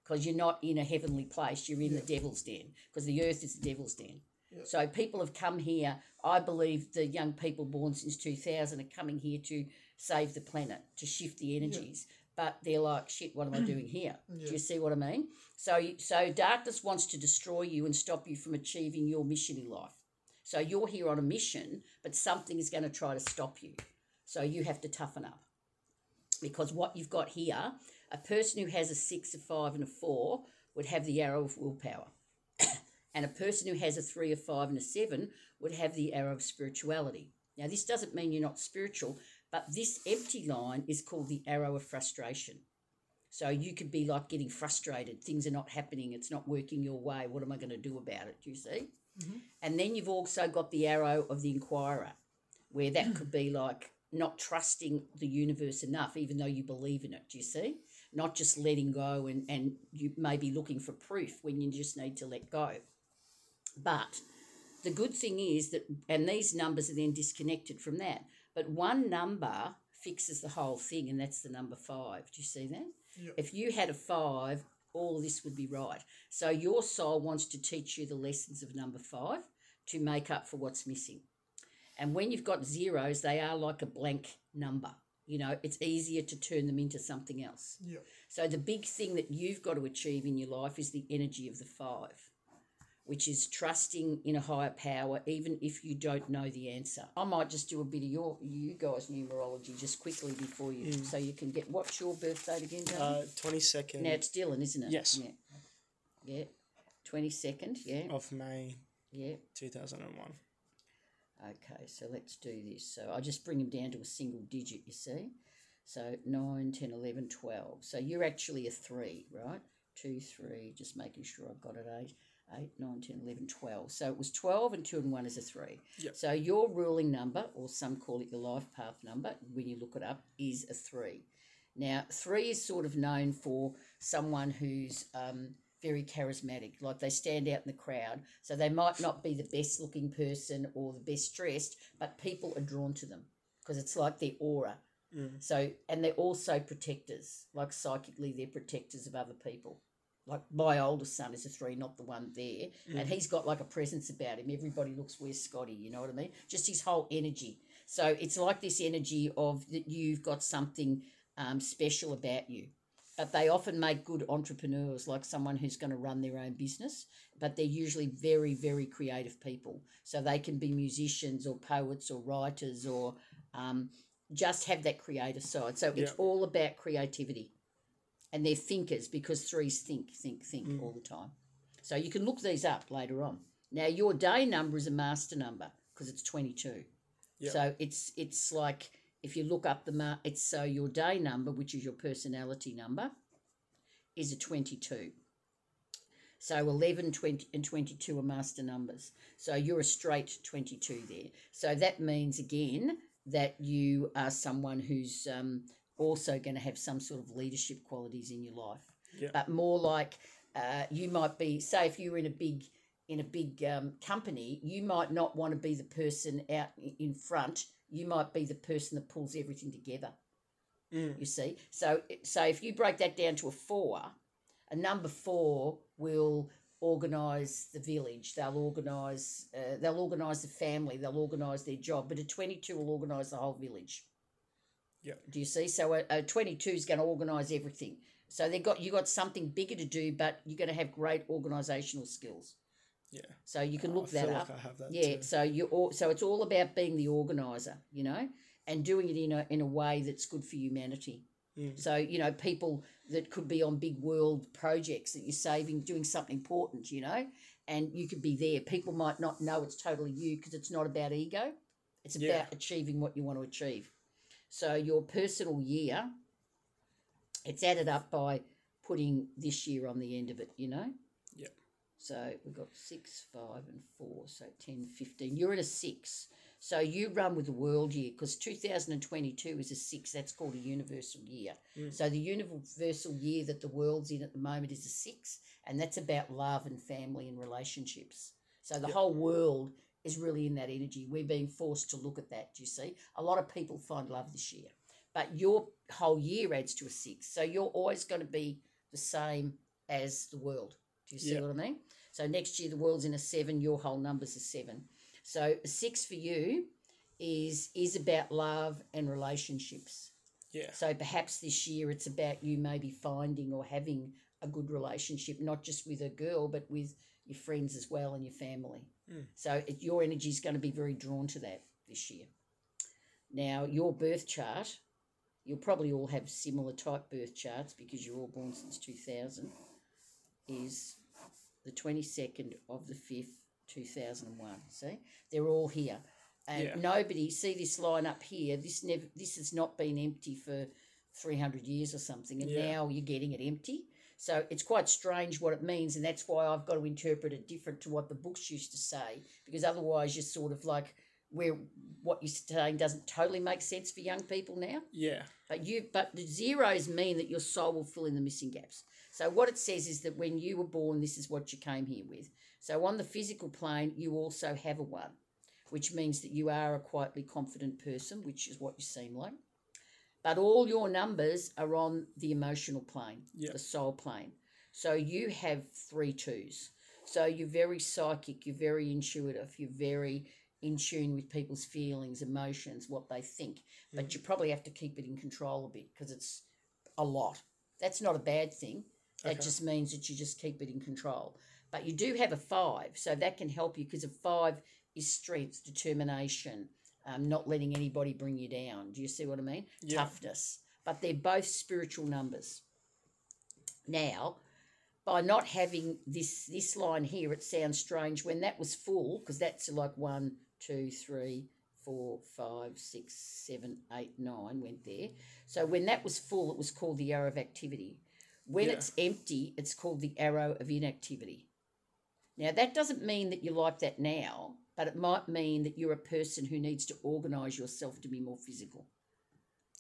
because you're not in a heavenly place. You're in the devil's den because the earth is the devil's den. So people have come here. I believe the young people born since 2000 are coming here to save the planet, to shift the energies. But they're like, shit, what am I doing here? Do you see what I mean? So, so darkness wants to destroy you and stop you from achieving your mission in life. So you're here on a mission, but something is going to try to stop you. So you have to toughen up. Because what you've got here, a person who has a six, a five, and a four would have the arrow of willpower. and a person who has a three, a five, and a seven would have the arrow of spirituality. Now, this doesn't mean you're not spiritual, but this empty line is called the arrow of frustration. So you could be like getting frustrated, things are not happening, it's not working your way, what am I going to do about it? Do you see? And then you've also got the arrow of the inquirer, where that could be like not trusting the universe enough, even though you believe in it. Do you see? not just letting go and, and you may be looking for proof when you just need to let go. But the good thing is that, and these numbers are then disconnected from that, but one number fixes the whole thing, and that's the number five. Do you see that?
Yep.
If you had a five, all this would be right. So your soul wants to teach you the lessons of number five to make up for what's missing. And when you've got zeros, they are like a blank number. You know, it's easier to turn them into something else.
Yep.
So the big thing that you've got to achieve in your life is the energy of the five, which is trusting in a higher power, even if you don't know the answer. I might just do a bit of your you guys numerology just quickly before you, so you can get what's your birthday again, Duncan?
Uh,
Now
22nd
it's Dylan, isn't it?
Yes. Oh.
Yeah. Yeah. Twenty second. Yeah.
of May
Yeah.
2001.
Okay. So let's do this. So I just bring them down to a single digit. You see. So 9, 10, 11, 12. So you're actually a 3, right? 2, 3, just making sure I've got it, 8, 8 9, 10, 11, 12. So it was 12 and 2 and 1 is a 3.
Yep.
So your ruling number, or some call it your life path number, when you look it up, is a 3. Now, 3 is sort of known for someone who's um, very charismatic, like they stand out in the crowd. So they might not be the best looking person or the best dressed, but people are drawn to them because it's like their aura. So, and they're also protectors, like psychically, they're protectors of other people. Like my oldest son is a three, not the one there, and he's got like a presence about him. Everybody looks, where's Scotty? You know what I mean? Just his whole energy. So it's like this energy of that you've got something um, special about you. But they often make good entrepreneurs, like someone who's going to run their own business. But they're usually very, very creative people. So they can be musicians or poets or writers or um, just have that creative side. So it's
Yeah.
all about creativity. And they're thinkers because threes think, think, think all the time. So you can look these up later on. Now your day number is a master number because it's 22.
Yeah.
So it's it's like if you look up the mar- it's so your day number which is your personality number is a 22. So 11, 20, and 22 are master numbers. So you're a straight 22 there. So that means, again, that you are someone who's um, also going to have some sort of leadership qualities in your life.
Yeah.
But more like uh, you might be, say, if you were in a big in a big um, company, you might not want to be the person out i- in front. You might be the person that pulls everything together.
Mm.
You see, so so if you break that down to a four, a number four will organise the village. They'll organise. Uh, they'll organise the family. They'll organise their job. But a twenty-two will organise the whole village.
Yep.
Do you see? So a, a twenty-two is going to organise everything. So they got you got something bigger to do, but you're going to have great organisational skills.
Yeah.
So you can
I
look that
feel
up.
Like I have that
Yeah,
too.
so you all so it's all about being the organizer, you know, and doing it in a in a way that's good for humanity.
Mm.
So you know, people that could be on big world projects that you're saving, doing something important, you know, and you could be there. People might not know it's totally you because it's not about ego; it's about
Yeah.
achieving what you want to achieve. So your personal year, it's added up by putting this year on the end of it, you know. So we've got six, five, and four. So 10, 15. You're at a six. So you run with the world year because 2022 is a six. That's called a universal year. So the universal year that the world's in at the moment is a six, and that's about love and family and relationships. So the whole world is really in that energy. We're being forced to look at that. Do you see? A lot of people find love this year, but your whole year adds to a six. So you're always going to be the same as the world. Do you see
Yeah.
what I mean? So next year the world's in a seven, your whole number's a seven. So a six for you is is about love and relationships.
Yeah.
So perhaps this year it's about you maybe finding or having a good relationship, not just with a girl, but with your friends as well and your family.
Mm.
So it, your energy is going to be very drawn to that this year. Now, your birth chart, you'll probably all have similar type birth charts because you're all born since 2000, is the 22nd of the 5th, 2001. See? They're all here. And
Yeah.
nobody, see this line up here, this never, this has not been empty for 300 years or something, and
Yeah.
now you're getting it empty. So it's quite strange what it means, and that's why I've got to interpret it different to what the books used to say, because otherwise you're sort of like, where what you're saying doesn't totally make sense for young people now.
Yeah.
But you but the zeros mean that your soul will fill in the missing gaps. So what it says is that when you were born, this is what you came here with. So on the physical plane, you also have a one, which means that you are a quietly confident person, which is what you seem like. But all your numbers are on the emotional plane,
Yeah.
the soul plane. So you have three twos. So you're very psychic, you're very intuitive, you're very in tune with people's feelings, emotions, what they think.
Mm.
But you probably have to keep it in control a bit because it's a lot. That's not a bad thing. That
Okay.
just means that you just keep it in control. But you do have a five, so that can help you because a five is strength, determination, um, not letting anybody bring you down. Do you see what I mean?
Yeah.
Toughness. But they're both spiritual numbers. Now, by not having this this line here, it sounds strange when that was full because that's like one, two, three, four, five, six, seven, eight, nine went there. So when that was full, it was called the arrow of activity. When
Yeah.
it's empty, it's called the arrow of inactivity. Now that doesn't mean that you like that now, but it might mean that you're a person who needs to organise yourself to be more physical.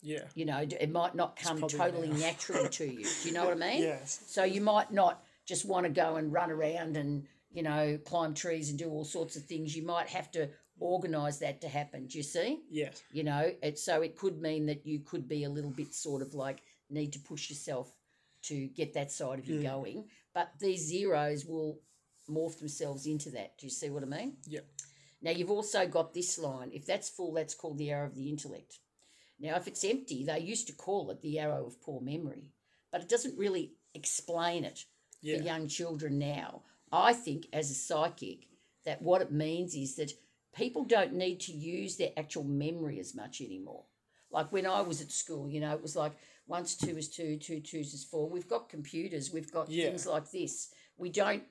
Yeah.
You know, d- it might not come
probably
totally
now.
naturally to you. Do you know what I mean?
Yes.
So you might not just want to go and run around and, you know, climb trees and do all sorts of things. You might have to organise that to happen. Do you see?
Yes.
You know, it, so it could mean that you could be a little bit sort of like need to push yourself to get that side of you
Mm.
going. But these zeros will morph themselves into that. Do you see what I mean?
Yep.
Now you've also got this line. If that's full, that's called the arrow of the intellect. Now, if it's empty, they used to call it the arrow of poor memory, but it doesn't really explain it for
Yeah.
young children now. I think, as a psychic, that what it means is that people don't need to use their actual memory as much anymore. Like when I was at school, you know, it was like once two is two, two twos is four. We've got computers, we've got
Yeah.
things like this. We don't,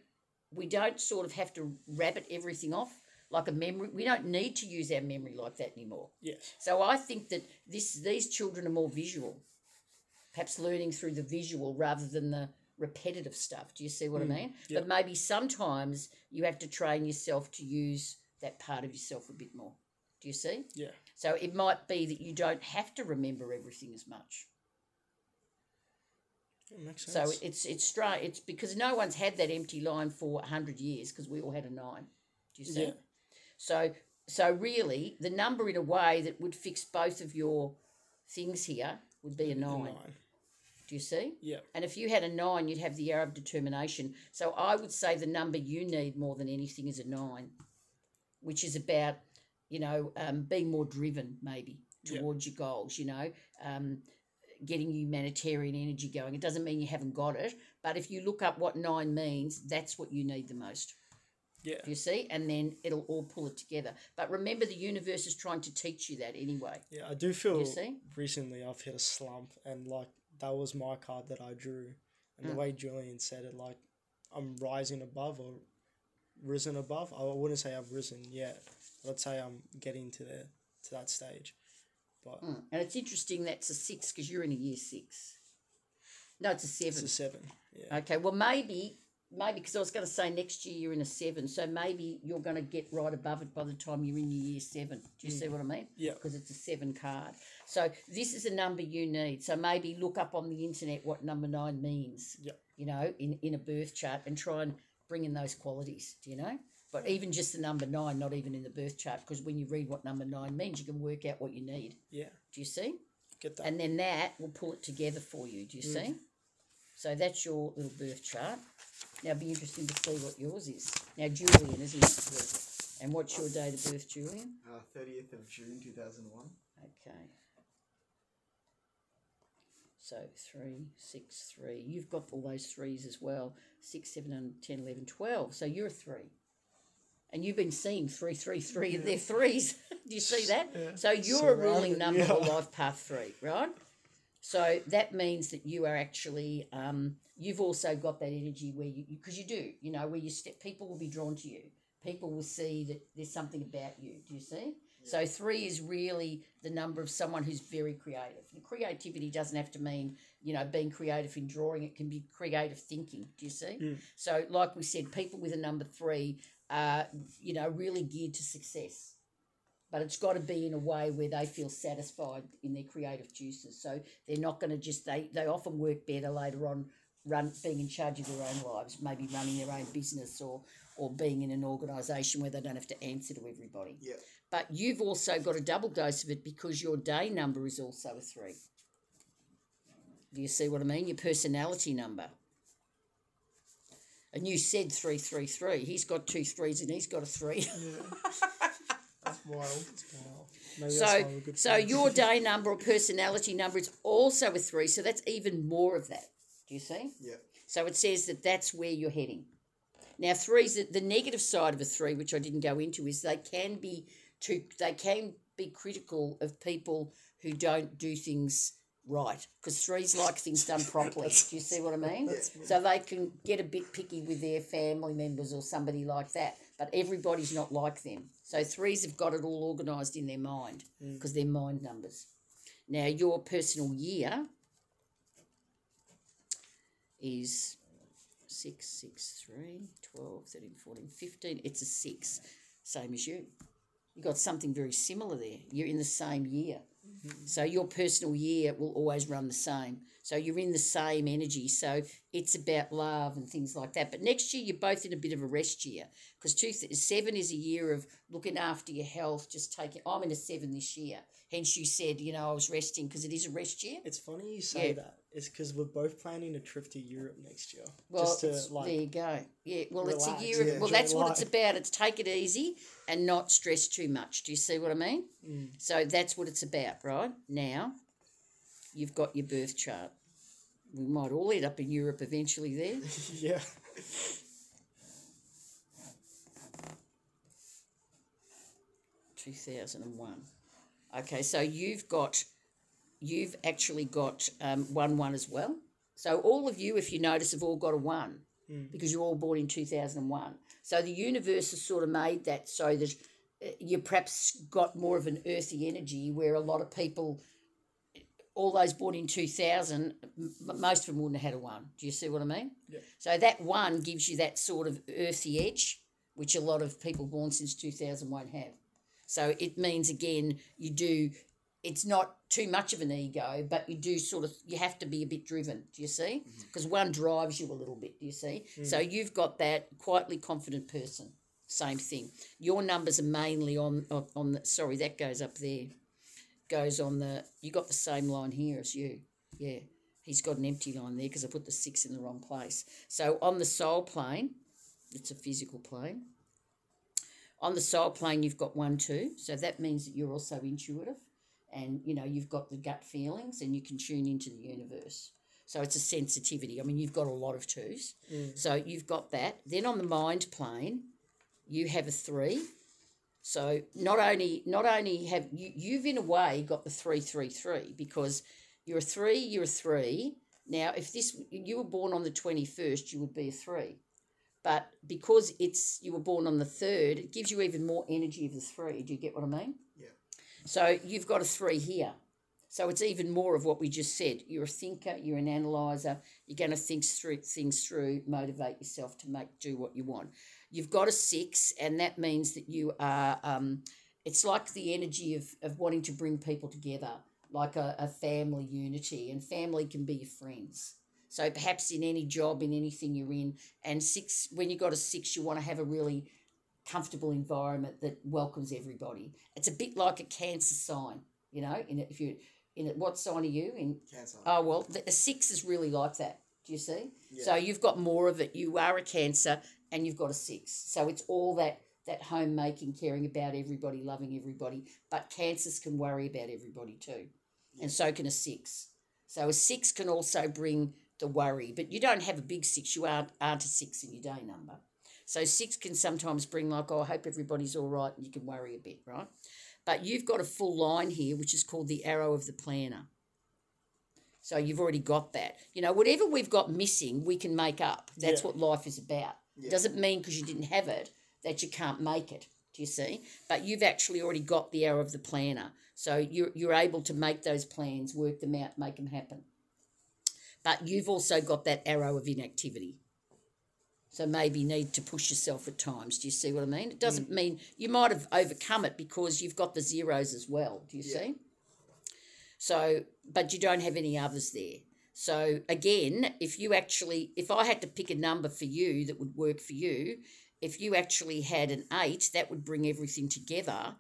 we don't sort of have to rabbit everything off like a memory. We don't need to use our memory like that anymore.
Yes.
So I think that this these children are more visual, perhaps learning through the visual rather than the repetitive stuff. Do you see what I mean? But maybe sometimes you have to train yourself to use that part of yourself a bit more. Do you see?
Yeah.
So it might be that you don't have to remember everything as much.
It makes
So
sense.
it's it's straight. It's because no one's had that empty line for hundred years because we all had a nine. Do you see?
Yeah.
So so really, the number in a way that would fix both of your things here would be a
A
nine. Do you see?
Yeah.
And if you had a nine, you'd have the Arab determination. So I would say the number you need more than anything is a nine, which is about, you know, um, being more driven maybe
Yeah.
towards your goals, you know, um, getting humanitarian energy going. It doesn't mean you haven't got it, but if you look up what nine means, that's what you need the most,
Yeah.
you see? And then it'll all pull it together. But remember, the universe is trying to teach you that anyway.
Yeah. I do feel
see?
recently I've hit a slump, and like that was my card that I drew, and the
Mm.
way Julian said it, like I'm rising above or risen above. I wouldn't say I've risen yet. Let's say I'm getting to the to that stage, but
Mm. And it's interesting that's a six because you're in a year six. No, it's a seven.
it's a seven. Yeah.
Okay, well maybe maybe because I was going to say next year you're in a seven, so maybe you're going to get right above it by the time you're in your year seven. Do you see what I mean?
Mm. Yeah.
Because it's a seven card. So this is a number you need. So maybe look up on the internet what number nine means.
Yeah.
You know, in in a birth chart and try and bring in those qualities. Do you know? But even just the number nine, not even in the birth chart, because when you read what number nine means, you can work out what you need.
Yeah.
Do you see?
Get that.
and then that will pull it together for you.
Mm.
Do you see? So that's your little birth chart. Now it'll be interesting to see what yours is. Now Julian, isn't it? And what's your date of birth, Julian?
Uh, Thirtieth of June, two thousand one.
Okay. So three, six, three. You've got all those threes as well. Six, seven, and ten, eleven, twelve. So you're a three. And you've been seeing three, three, three, and they're threes. Do you see that? So you're a ruling
Surrounded,
number or
yeah.
life path three, right? So that means that you are actually um, you've also got that energy where you because you do you know where you step people will be drawn to you. People will see that there's something about you. Do you see? So three is really the number of someone who's very creative. And creativity doesn't have to mean you know being creative in drawing. It can be creative thinking. Do you see? So like we said, people with a number three are you know really geared to success but it's got to be in a way where they feel satisfied in their creative juices. So they're not going to just they they often work better later on, run being in charge of their own lives, maybe running their own business or or being in an organisation where they don't have to answer to everybody.
Yeah.
But you've also got a double dose of it because your day number is also a three. Do you see what I mean? Your personality number. And you said three three three. He's got two threes and he's got a three.
Wild. Wow. Maybe that's why
So,
we're good
so
friends.
your day number or personality number is also a three. So that's even more of that. Do you see?
Yeah.
So it says that that's where you're heading. Now, threes, the, the negative side of a three, which I didn't go into, is they can be too, they can be critical of people who don't do things right because threes like things done properly. do you see what I mean? So they can get a bit picky with their family members or somebody like that, but everybody's not like them. So threes have got it all organised in their mind because they're mind numbers. Now, your personal year is 6, 6, 3, 12, 13, 14, 15. It's a 6, same as you. You got something very similar there. You're in the same year. So your personal year will always run the same. So you're in the same energy. So it's about love and things like that. But next year, you're both in a bit of a rest year because two th- seven is a year of looking after your health, just taking. I'm in a seven this year. Hence, you said, you know, I was resting because it is a rest year.
It's funny you say
Yeah.
that. It's because we're both planning a trip to Europe next year.
Well,
just to
it's- there you
like
go. Yeah, well, it's
relax,
a year of
yeah.
well,
enjoy
that's what it's
life.
about. It's take it easy and not stress too much. Do you see what I mean?
Mm.
So that's what it's about, right? Now, you've got your birth chart. We might all end up in Europe eventually there.
yeah.
two thousand and one. Okay, so you've got, you've actually got um, one one as well. So all of you, if you notice, have all got a one because you're all born in two thousand and one. So the universe has sort of made that so that uh, you perhaps got more of an earthy energy where a lot of people. All those born in 2000, m- m- most of them wouldn't have had a one. Do you see what I mean? Yeah. So that one gives you that sort of earthy edge, which a lot of people born since 2000 won't have. So it means again, you do. It's not too much of an ego, but you do sort of you have to be a bit driven. Do you see? Because one drives you a little bit. Do you see? So you've got that quietly confident person. Same thing. Your numbers are mainly on on, on the, sorry that goes up there, goes on the. You got the same line here as you. Yeah, he's got an empty line there because I put the six in the wrong place. So on the soul plane, it's a physical plane. On the soul plane, you've got one too, so that means that you're also intuitive, and you know you've got the gut feelings, and you can tune into the universe. So it's a sensitivity. I mean, you've got a lot of twos, so you've got that. Then on the mind plane, you have a three. So not only not only have you you've in a way got the three three three because you're a three, you're a three. Now, if this you were born on the twenty first, you would be a three but because it's you were born on the third, it gives you even more energy of the three. Do you get what I mean?
Yeah.
So you've got a three here. So it's even more of what we just said. You're a thinker, you're an analyzer, you're going to think through things through, motivate yourself to make do what you want. You've got a six, and that means that you are. Um, it's like the energy of of wanting to bring people together, like a, a family unity, and family can be your friends. So perhaps in any job, in anything you're in, and six when you got a six, you want to have a really comfortable environment that welcomes everybody. It's a bit like a cancer sign, you know. In it, if you in it, what sign are you in?
Cancer.
Oh well, the, the six is really like that. Do you see? So you've got more of it. You are a cancer, and you've got a six. So it's all that that homemaking, caring about everybody, loving everybody. But cancers can worry about everybody too, and so can a six. So a six can also bring the worry, but you don't have a big six. You aren't aren't a six in your day number. So six can sometimes bring like, oh, I hope everybody's all right, and you can worry a bit, right? But you've got a full line here, which is called the arrow of the planner. So you've already got that. You know, whatever we've got missing, we can make up. That's what life is about. It doesn't mean because you didn't have it that you can't make it. Do you see? But you've actually already got the arrow of the planner. So you're, you're able to make those plans, work them out, make them happen. But you've also got that arrow of inactivity. So maybe need to push yourself at times. Do you see what I mean? It doesn't mean you might have overcome it because you've got the zeros as well. Do you see? So, but you don't have any others there. So again, if you actually, if I had to pick a number for you that would work for you, if you actually had an eight, that would bring everything together.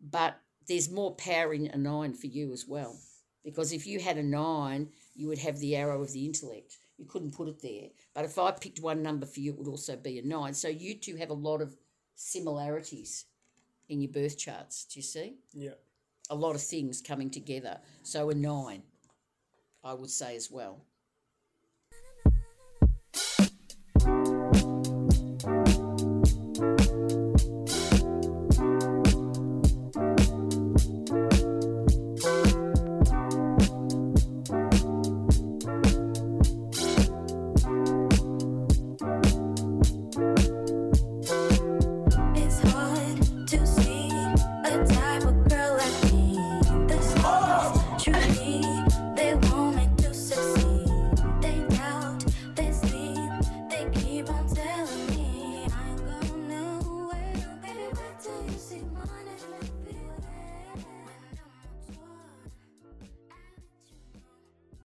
But there's more power in a nine for you as well. Because if you had a nine, you would have the arrow of the intellect. You couldn't put it there. But if I picked one number for you, it would also be a nine. So you two have a lot of similarities in your birth charts. Do you see?
Yeah.
a lot of things coming together. So a nine, I would say as well.